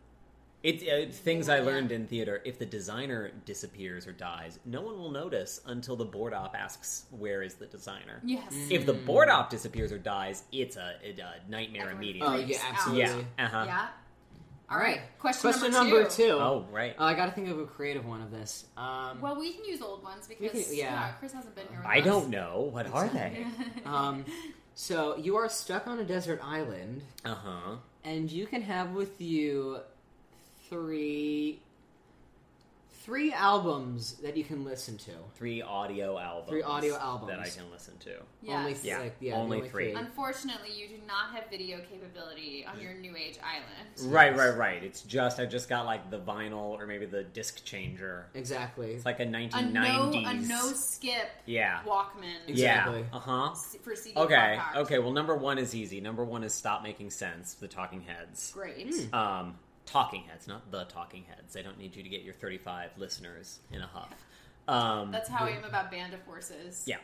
It uh, things I learned in theater. If the designer disappears or dies, no one will notice until the board op asks, "Where is the designer?"
Yes.
If the board op disappears or dies, it's a, it, a nightmare
Everyone
Oh,
immediately.
freaks
yeah,
out.
absolutely.
yeah. Uh-huh.
Yeah. All right. Question,
Question
number, two.
Oh, right.
Uh, I got to think of a creative one of this. Um,
Well, we can use old ones because
can-
yeah.
yeah.
Chris hasn't been here. With
I
us.
don't know. What are they?
um, so you are stuck on a desert island,
Uh huh.
and you can have with you three three albums that you can listen to.
Three audio albums.
Three audio
that I
albums.
can listen to.
Yes.
Only, th-
Yeah,
like, yeah, the
only three.
Unfortunately, you do not have video capability on your New Age island.
Right, right, right. It's just I just got like the vinyl or maybe the disc changer.
Exactly.
It's like a
A
1990s.
no, a no skip
yeah.
Walkman.
Exactly.
Yeah. Uh huh.
s- For CD
Okay.
compact.
Okay. Well, number one is easy. Number one is "Stop Making Sense." The Talking Heads.
Great.
Um, Talking Heads, not the Talking Heads. I don't need you to get your thirty-five listeners in a huff. Um,
That's how I am about Band of Horses.
yeah.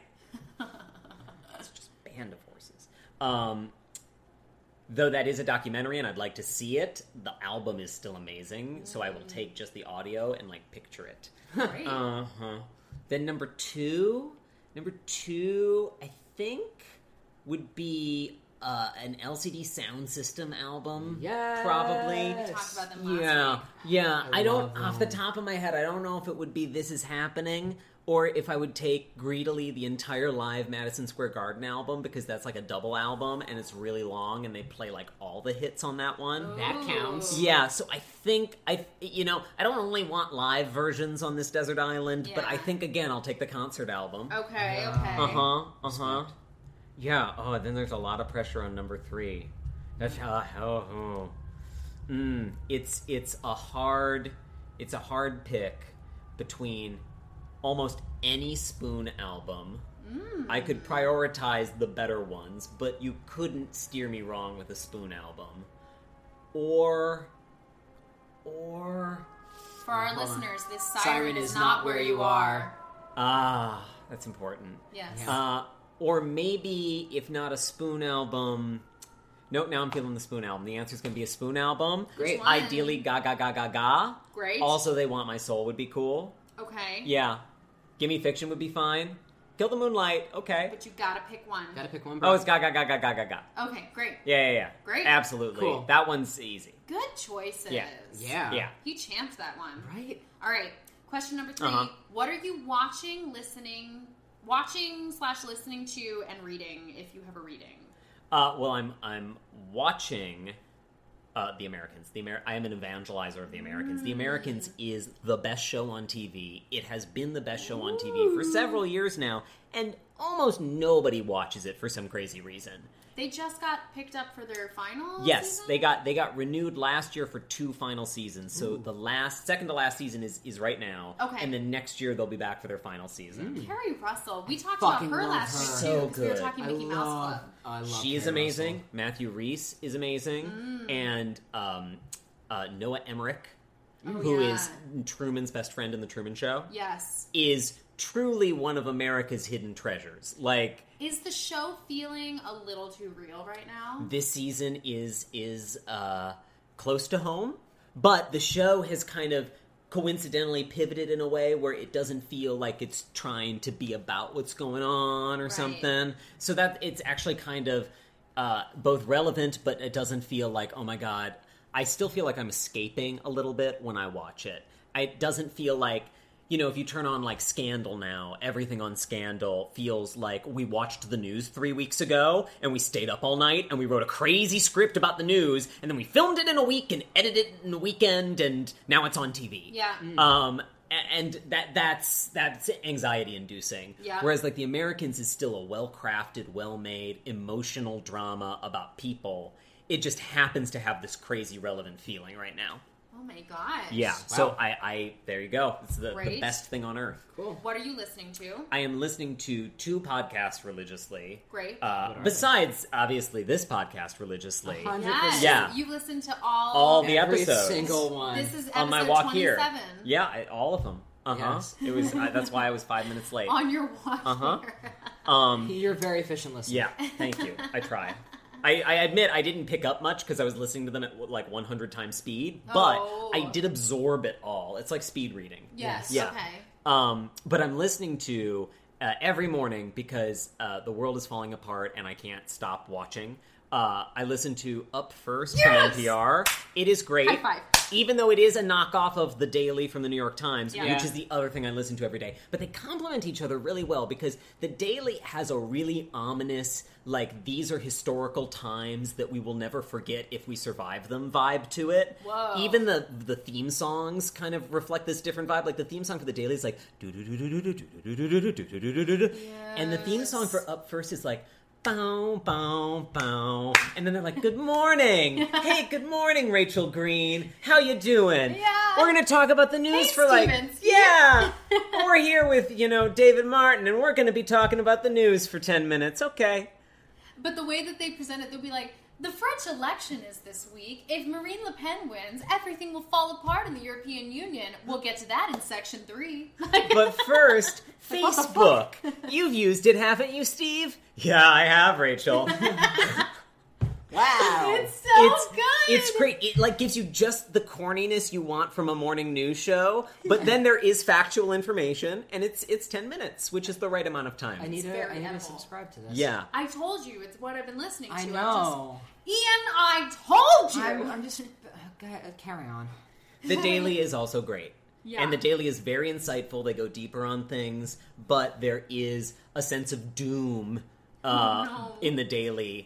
it's just band of horses. Um, though that is a documentary, and I'd like to see it. The album is still amazing, so I will take just the audio and like picture it.
Great.
Uh huh. Then number two, number two, I think would be uh, an LCD sound system album.
Yes.
probably.
We talked about them last
Yeah,
week.
yeah. I,
I
don't,
love
off the
them.
top of my head, I don't know if it would be This Is Happening or if I would take greedily the entire live Madison Square Garden album because that's like a double album and it's really long and they play like all the hits on that
Oh.
one.
That counts.
Yeah, so I think I you know, I don't only want live versions on this desert island, but I
Yeah.
think again I'll take the concert album.
Okay.
Wow.
Okay.
Uh-huh. Uh-huh. Yeah, oh, then there's a lot of pressure on number 3. That's uh, oh, oh. Mm, it's it's a hard it's a hard pick between almost any spoon album.
Hmm.
I could prioritize the better ones, but you couldn't steer me wrong with a spoon album. Or or
For our
Hold on.
listeners, this siren, is, not, where you are.
ah, that's important.
Yes.
Yeah.
Uh, or maybe if not a spoon album. Nope, now I'm feeling the spoon album. The answer's gonna be a spoon album.
Great.
one?
Ideally, ga ga ga ga ga.
Great.
Also, they want my soul would be cool.
okay.
Yeah, gimme fiction would be fine. Kill the moonlight. Okay.
But you gotta pick one.
Gotta pick one.
Oh, it's ga ga ga ga ga ga ga.
Okay. Great.
Yeah, yeah, yeah.
Great.
Absolutely.
Cool.
That one's easy.
Good choices.
Yeah.
Yeah.
Yeah.
He champed that one.
Right?
All right. Question number 3
Uh-huh.
What are you watching, listening, watching slash listening to, and reading if you have a reading?
Uh, well, I'm I'm watching uh, the Americans. The Amer- I am an evangelizer of the Americans. The Americans is the best show on TV. It has been the best show on TV for several years now, and almost nobody watches it for some crazy reason.
They just got picked up for their final.
Yes,
season?
they got they got renewed last year for two final seasons. So the last second to last season is is right now.
Okay.
and then next year they'll be back for their final season.
Carrie Russell. We talked
Fucking
about her
love
last
her.
week too.
So
'cause We were
good.
talking
I
Mickey Mouse
love,
Club.
I love
She is
Carrie
amazing.
Russell.
Matthew Reese is amazing,
Mm.
and um, uh, Noah Emmerich, who
Oh,
is Truman's best friend in the Truman Show,
Yes.
is truly one of America's hidden treasures. Like
Is the show feeling a little too real right now?
this season is is uh, close to home, but the show has kind of coincidentally pivoted in a way where it doesn't feel like it's trying to be about what's going on or
Right.
something. So that it's actually kind of uh, both relevant, but it doesn't feel like, oh my god, I still feel like I'm escaping a little bit when I watch it. It doesn't feel like. You know, if you turn on like Scandal now, everything on Scandal feels like we watched the news three weeks ago and we stayed up all night and we wrote a crazy script about the news and then we filmed it in a week and edited it in a weekend and now it's on TV.
Yeah.
Um, a- and that that's that's anxiety inducing.
Yeah.
Whereas like the Americans is still a well crafted, well made, emotional drama about people. It just happens to have this crazy relevant feeling right now.
Oh my gosh.
Yeah. So
Wow.
I, I there you go. It's the, the
Right?
best thing on earth.
Cool.
What are you listening to?
I am listening to two podcasts religiously.
Great.
Uh,
they?
besides, obviously, this podcast religiously.
Uh-huh.
yes.
yeah.
You listen to all
All the
Every
episodes.
single one.
This is episode
On my walk
27.
here. Yeah, I, all of them. Uh huh.
Yes.
It was. I, that's why I was five minutes late.
On your walk
Uh-huh.
here.
Um,
You're a very efficient listener.
Yeah, thank you. I try. I, I admit I didn't pick up much because I was listening to them at like 100 times speed, but
Oh.
I did absorb it all. It's like speed reading.
Yes.
Yeah.
Okay.
Um, but I'm listening to uh, every morning because uh, the world is falling apart and I can't stop watching. Uh, I listen to Up First
Yes!
from NPR. It is great.
High five.
Even though it is a knockoff of The Daily from the New York Times,
Yeah.
which is the other thing I listen to every day. But they complement each other really well because The Daily has a really ominous, like, these are historical times that we will never forget if we survive them vibe to it.
Whoa.
Even the the theme songs kind of reflect this different vibe. Like the theme song for the daily is like do do do do do do do do do do do do do and the theme song for up first is like bow bow bow and then they're like good morning hey good morning rachel green how you doing
Yeah.
we're gonna talk about the news for like
Stevens.
yeah we're here with you know david martin and we're gonna be talking about the news for 10 minutes okay
But the way that they present it, they'll be like, the French election is this week. If Marine Le Pen wins, everything will fall apart in the European Union. We'll get to that in section three.
But first,
What the
Facebook. You've used it, haven't you, Steve? Yeah, I have, Rachel.
Wow.
it's so
it's
good.
it's great. It like gives you just the corniness you want from a morning news show, but then there is factual information, and it's it's ten minutes, which is the right amount of time.
I need to.
very
I need to
edible.
subscribe to this.
yeah.
I told you, it's what I've been listening to.
I
I'm
know.
just- Ian, I told you.
I'm, I'm just.
uh,
Go ahead, carry on.
The Daily is also great.
Yeah.
And the Daily is very insightful. They go deeper on things, but there is a sense of doom uh,
No.
in the Daily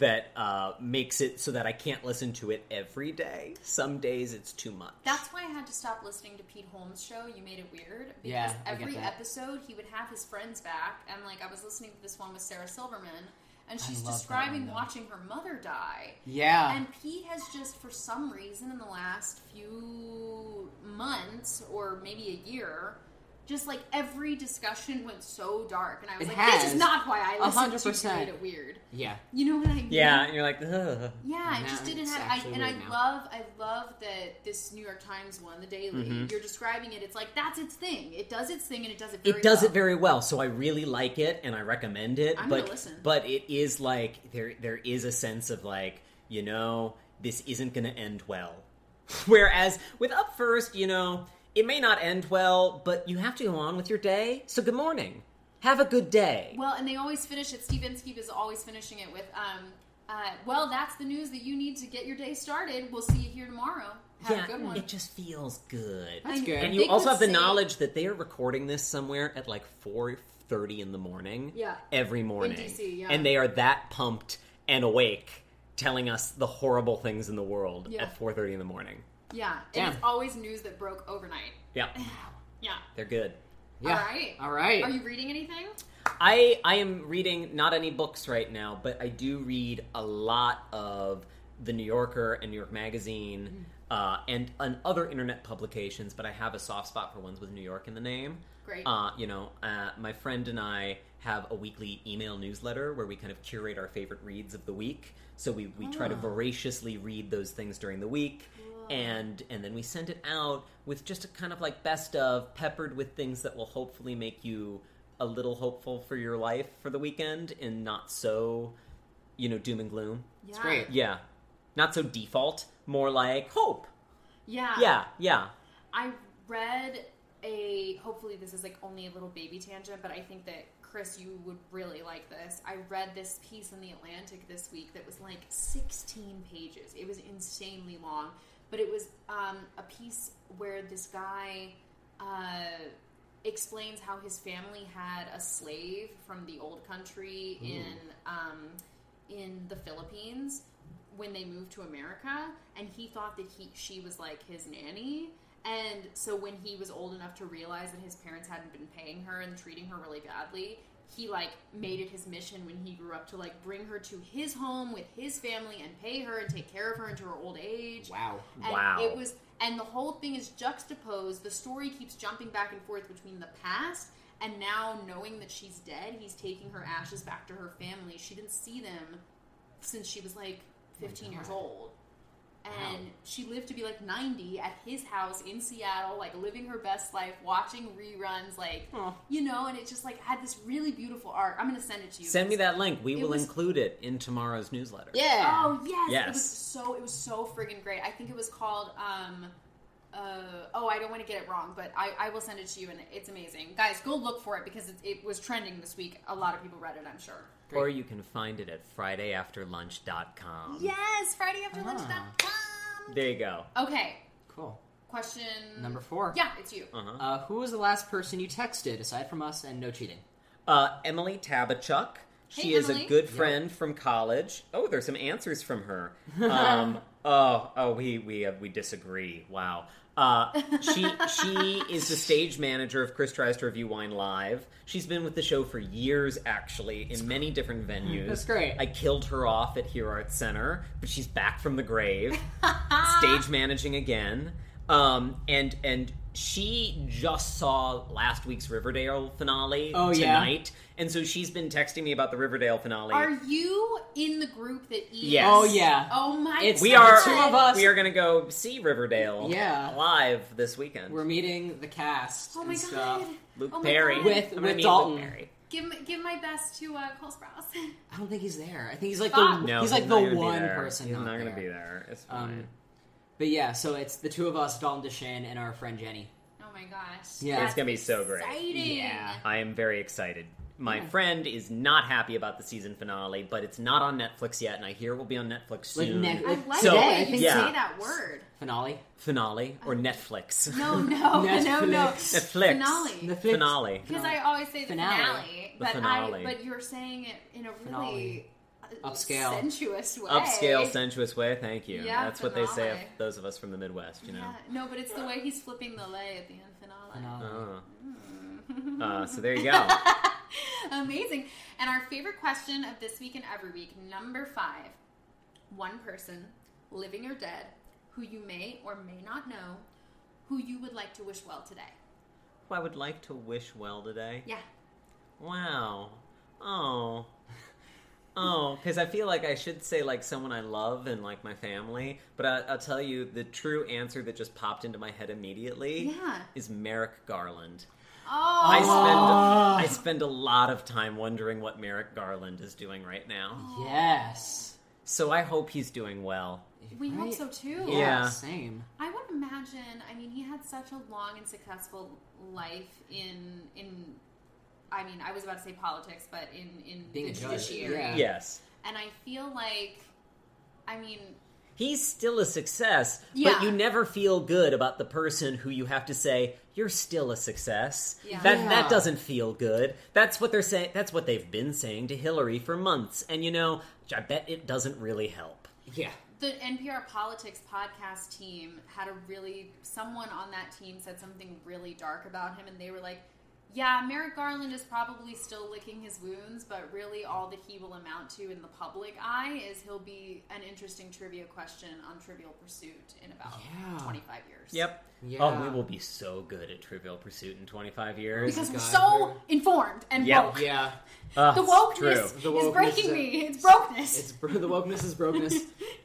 that uh, makes it so that I can't listen to it every day. Some days it's too much.
That's why I had to stop listening to Pete Holmes' show. You made it weird because
Yeah, I get
every
that.
episode he would have his friends back, and like I was listening to this one with Sarah Silverman, and
I
she's
love that one,
describing
though. Ah.
watching her mother die.
Yeah.
And Pete has just, for some reason, in the last few months or maybe a year, just like every discussion went so dark, and I was
It
like, "This
has.
is not why I
A
listen
hundred
to You
percent.
made it weird."
yeah.
You know what I mean?
yeah, and you're like, Ugh.
Yeah, it
Yeah,
just didn't
it's
have. I,
actually
and I
weird now.
love, I love that this New York Times one, the Daily.
Mm-hmm.
You're describing it. It's like that's its thing. It does its thing, and it does it. Very
it does
well.
it very well so i really like it and i recommend it
I'm gonna
but
listen.
but it is like there there is a sense of like you know this isn't going to end well whereas with up first you know it may not end well but you have to go on with your day so good morning have a good day
well, and they always finish it. Steve Inskeep is always finishing it with, um, uh, "Well, that's the news that you need to get your day started. We'll see you here tomorrow. Have
yeah
a good one."
it just feels good
That's
I-
good.
and
they
you also
could
have the
say-
knowledge that they are recording this somewhere at like 4.30 in the morning
Yeah.
every morning
DC, yeah.
and they are that pumped and awake telling us the horrible things in the world
Yeah.
at 4.30 in the morning
Yeah,
Damn.
and it's always news that broke overnight.
yeah
Yeah.
they're good
Yeah.
All right.
All right.
Are you reading anything?
i i am reading not any books right now but i do read a lot of the new yorker and new york magazine
Mm.
uh, and, and other internet publications but i have a soft spot for ones with new york in the name
Great.
Um,
Uh, you know, uh, my friend and I have a weekly email newsletter where we kind of curate our favorite reads of the week. So we, we try to
Ah.
voraciously read those things during the week. And and then we send it out with just a kind of like best of peppered with things that will hopefully make you a little hopeful for your life for the weekend and not so, you know, doom and gloom.
yeah.
great.
Yeah. Not so default. more like hope.
Yeah.
Yeah, yeah.
I read a. Hopefully, this is like only a little baby tangent, but I think that Chris, you would really like this. I read this piece in the Atlantic this week that was like 16 pages. It was insanely long, but it was um, a piece where this guy uh, explains how his family had a slave from the old country in um, in the Philippines when they moved to America, and he thought that he she was like his nanny. And so when he was old enough to realize that his parents hadn't been paying her and treating her really badly, he like made it his mission when he grew up to like bring her to his home with his family and pay her and take care of her into her old age.
Wow.
And
Wow.
It was, and the whole thing is juxtaposed. The story keeps jumping back and forth between the past and now knowing that she's dead. He's taking her ashes back to her family. She didn't see them since she was like
Oh
15 years
God.
old. And
Wow.
she lived to be like 90 at his house in Seattle, like living her best life, watching reruns, like,
Aw.
you know, and it just like had this really beautiful art. I'm going to send it to you.
Send me that link. We
It
will
was-
include it in tomorrow's newsletter.
Yeah.
Oh yes. It was
Yes.
so it was so friggin' great. I think it was called um uh, oh, I don't want to get it wrong, but I, I will send it to you, and it's amazing, guys. Go look for it because it, it was trending this week. A lot of people read it, I'm sure.
Great.
Or you can find it at
Um,
fridayafterlunch.com.
Yes, Friday after
Ah.
lunch.com.
There you go.
Okay,
Cool.
question
Ah. Number four.
Yeah, it's you.
Uh-huh.
Uh, who was the last person you texted aside from us and no cheating?
Uh, Emily Tabachuk. She
Hey,
is
Emily.
a good friend from college. Oh, there's some answers from her. Um, oh, oh, we we uh, we disagree. Wow. Uh, she she is the stage manager of Chris Tries to Review Wine Live. She's been with the show for years, actually, in many different venues.
That's great.
I killed her off at Here Arts Center, but she's back from the grave,
Ah. Uh,
stage managing again. Um, and and she just saw last week's Riverdale finale
Oh, yeah?
tonight, and so she's been texting me about the Riverdale finale.
Are you in the group that eats?
Yes.
Oh yeah.
Oh my.
It's-
we
the
God.
are
two of us-
We are going to go see Riverdale.
Yeah.
live this weekend.
We're meeting the cast
Oh
and
my
stuff.
god.
Luke
Oh my
Perry
God.
With-
I'm gonna
with
meet
Dalton.
Luke Perry.
Give m- give my best to uh, Cole Sprouse.
I don't think he's there. I think he's like
Fuck.
the
No,
he's like
not
the
gonna be
one
there.
person
He's
not,
not, going
there.
to be there. It's
Um,
fine.
But yeah, so it's the two of us, Dalton Deshane, and our friend Jenny.
oh my gosh.
Yeah.
That's
It's
gonna be so great.
Exciting.
Yeah.
I am very excited. My friend is not happy about the season finale, but it's not on Netflix yet, and I hear it will be on Netflix
Like
soon.
ne-
I like
So,
the way you
yeah.
say that word.
Finale.
finale or Netflix?
No, no, no, no.
Netflix.
Netflix
Finale.
Netflix.
Finale.
Because I always say the
Finale.
finale,
The
but
finale.
I but you're saying it in a really
Finale.
uh,
Upscale.
sensuous way.
Upscale, sensuous way. Thank you.
Yeah,
That's what they say of
finale.
those of us from the Midwest. You know.
Yeah. No, but it's the way he's flipping the lay at the end finale.
Finale.
Oh.
Mm.
Uh, so there you go.
Amazing. And our favorite question of this week and every week, number five. One person, living or dead, who you may or may not know, who you would like to wish well today.
Who I would like to wish well today.
Yeah.
Wow. Oh. Oh, because I feel like I should say like someone I love and like my family, but I, I'll tell you the true answer that just popped into my head immediately
Yeah.
is Merrick Garland.
Oh,
I
Ah.
spend I spend a lot of time wondering what Merrick Garland is doing right now.
Yes.
So I hope he's doing well.
we hope
Right?
so too.
Yeah.
Yeah.
Same.
I would imagine. I mean, he had such a long and successful life in in. I mean, I was about to say politics, but in in
Being
the
a judge,
judiciary,
yeah.
Yes.
and I feel like, I mean,
He's still a success,
Yeah.
but you never feel good about the person who you have to say you're still a success.
Yeah.
That
Yeah.
that doesn't feel good. That's what they're saying. That's what they've been saying to Hillary for months, and you know, I bet it doesn't really help.
Yeah.
the NPR politics podcast team had a really someone on that team said something really dark about him, and they were like. Yeah, Merrick Garland is probably still licking his wounds, but really all that he will amount to in the public eye is he'll be an interesting trivia question on Trivial Pursuit in about
Yeah.
25 years.
Yep.
Yeah.
Oh, we will be so good at Trivial Pursuit in 25 years.
because we're
God,
so
we're-
informed and
Yeah,
woke.
Yeah.
Ugh,
The
it's
wokeness,
true.
The
is
wokeness
breaking
is-
me. It's brokenness.
It's bro- the wokeness is brokenness.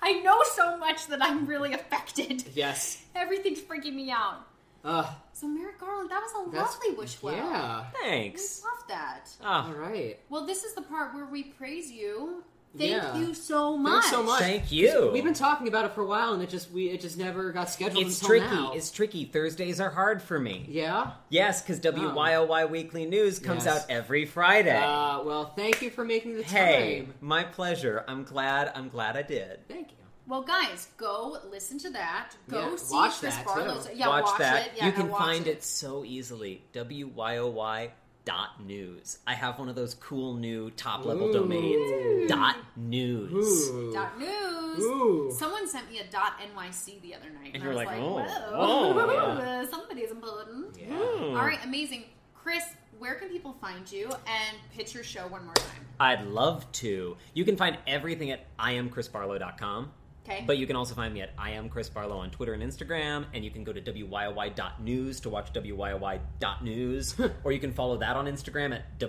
I know so much that I'm really affected.
yes.
Everything's freaking me out.
Uh,
So Merrick Garland, that was a
that's
lovely wish well.
Yeah.
I
Thanks.
love that.
Ah,
All right.
Well, this is the part where we praise you Thank
Yeah.
you so much.
Thanks so much.
Thank you.
We've been talking about it for a while, and it just we it just never got scheduled.
It's
until
tricky.
now.
It's tricky. Thursdays are hard for me.
yeah.
Yes, because WYOY Weekly News comes
Yes.
out every Friday.
Uh, well, thank you for making the
hey,
time.
my pleasure. I'm glad. I'm glad I did.
Thank you.
Well, guys, go listen to that. Go
Yeah,
see
watch
Chris
that,
Barlow's.
too.
Yeah, watch,
that.
it. Yeah,
you
go
can
watch
find it. so easily. WYOY dot news. I have one of those cool new top level
Ooh.
domains. Dot news.
Ooh.
Dot news.
Ooh.
Someone sent me a dot NYC the other night, and,
And
I
you're
was
like,
like,
"Oh,
whoa,
whoa,
somebody's important."
Yeah.
Hmm.
All right, amazing, Chris. Where can people find you and pitch your show one more time?
I'd love to. You can find everything at iamchrisbarlow.com.
Okay,
But you can also find me at I am Chris Barlow on Twitter and Instagram, and you can go to WYOY.news to watch WYOY.news, or you can follow that on Instagram at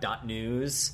WYOY.news.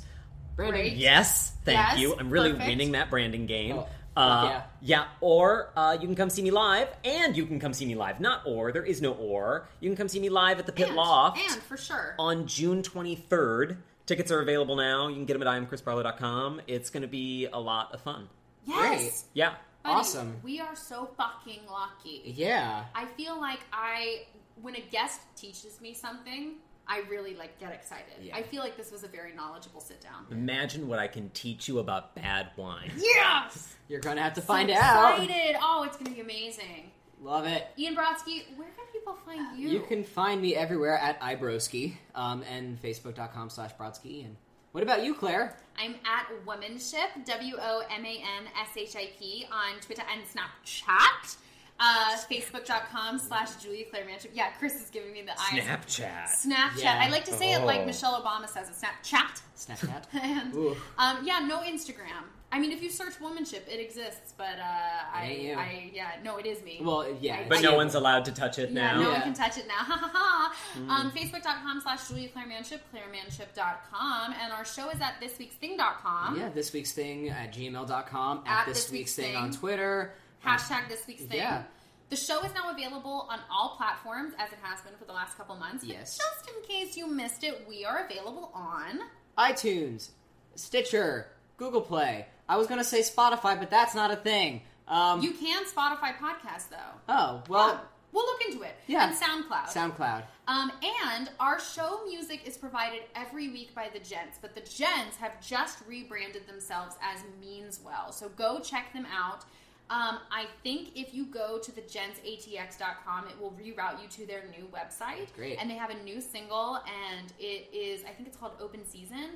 Brandon.
Great.
Yes, thank
Yes,
you. I'm really
perfect.
winning that branding game.
Oh,
uh,
yeah.
yeah. or uh, you can come see me live, and you can come see me live. Not or, there is no or. You can come see me live at the Pit
and,
Loft
and for sure,
on June 23rd. Tickets are available now. You can get them at imchrisbarlow.com. It's going to be a lot of fun.
yes,
Yeah.
Buddy,
Awesome.
We are so fucking lucky.
Yeah.
I feel like I, when a guest teaches me something, I really like get excited.
Yeah.
I feel like this was a very knowledgeable sit down.
Imagine what I can teach you about bad wine.
Yes,
You're gonna have to find
so
out.
Excited! Oh, it's gonna be amazing.
Love it.
Ian Brodsky, where can people find you?
Uh, You can find me everywhere at iBroski um, and Facebook.com slash Brodsky. And what about you, Claire?
I'm at Womanship, W O M A N S H I P, on Twitter and Snapchat. Uh, Facebook.com slash Julia Claire Manship. Yeah, Chris is giving me the eyes.
Snapchat.
Snapchat.
Yeah.
I like to say it
Oh.
like Michelle Obama says it Snapchat.
Snapchat.
And
Ooh.
um, yeah, no Instagram. I mean, if you search womanship, it exists, but uh,
ain't
I,
you.
I, yeah, no, it is me.
Well, yeah.
But
it's-
no one's allowed to touch it
Yeah, no
now.
one
Yeah. Hmm.
can touch it now. Ha ha ha. Um, Facebook.com slash Julia Claremanship, Claremanship.com. And our show is at thisweeksthing.com.
Yeah, this week's thing at gmail.com, at,
At
this, week's thing, on Twitter.
Hashtag this week's thing.
Yeah.
The show is now available on all platforms as it has been for the last couple months. But
Yes.
Just in case you missed it, we are available on.
iTunes, Stitcher, Google Play. I was gonna say Spotify, but that's not a thing. Um,
You can Spotify podcast though.
oh well,
Yeah. we'll look into it.
Yeah.
And SoundCloud.
SoundCloud.
Um, and our show music is provided every week by the Gents, but the Gents have just rebranded themselves as Means Well. So go check them out. Um, I think if you go to the gentsatx.com, it will reroute you to their new website.
Great.
And they have a new single, and it is, I think it's called Open Season.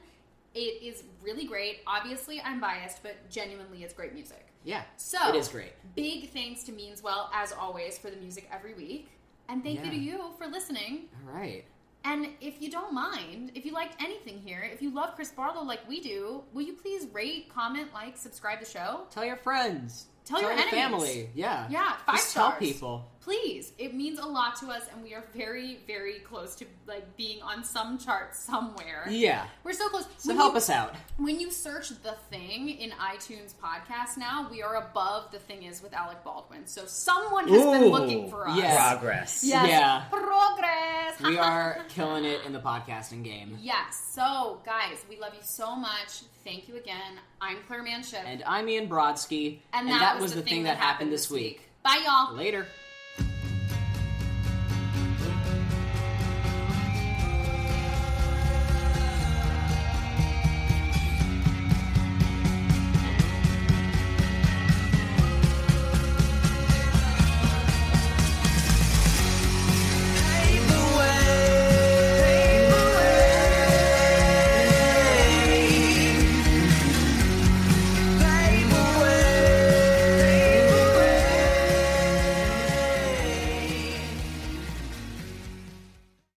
It is really great. Obviously, I'm biased, but genuinely, it's great music.
Yeah,
So
it is great.
Big thanks to Means Well, as always, for the music every week. And thank
Yeah.
you to you for listening.
All right.
And if you don't mind, if you liked anything here, if you love Chris Barlow like we do, will you please rate, comment, like, subscribe the show?
Tell your friends.
Tell your enemies.
family. Yeah.
Yeah, five
Just
stars.
tell people.
Please, it means a lot to us, and we are very, very close to like being on some chart somewhere.
Yeah.
We're so close.
So
When
help
you-
us out.
When you search the thing in iTunes podcast now, we are above the thing is with Alec Baldwin. So someone has been
Ooh,
looking for us.
yes.
Progress.
Yes.
Yeah.
Progress.
We are killing it in the podcasting game.
Yes. So, guys, we love you so much. Thank you again. I'm Claire Manship.
And I'm Ian Brodsky, and, that, was the thing that happened this week.
Bye, y'all.
Later.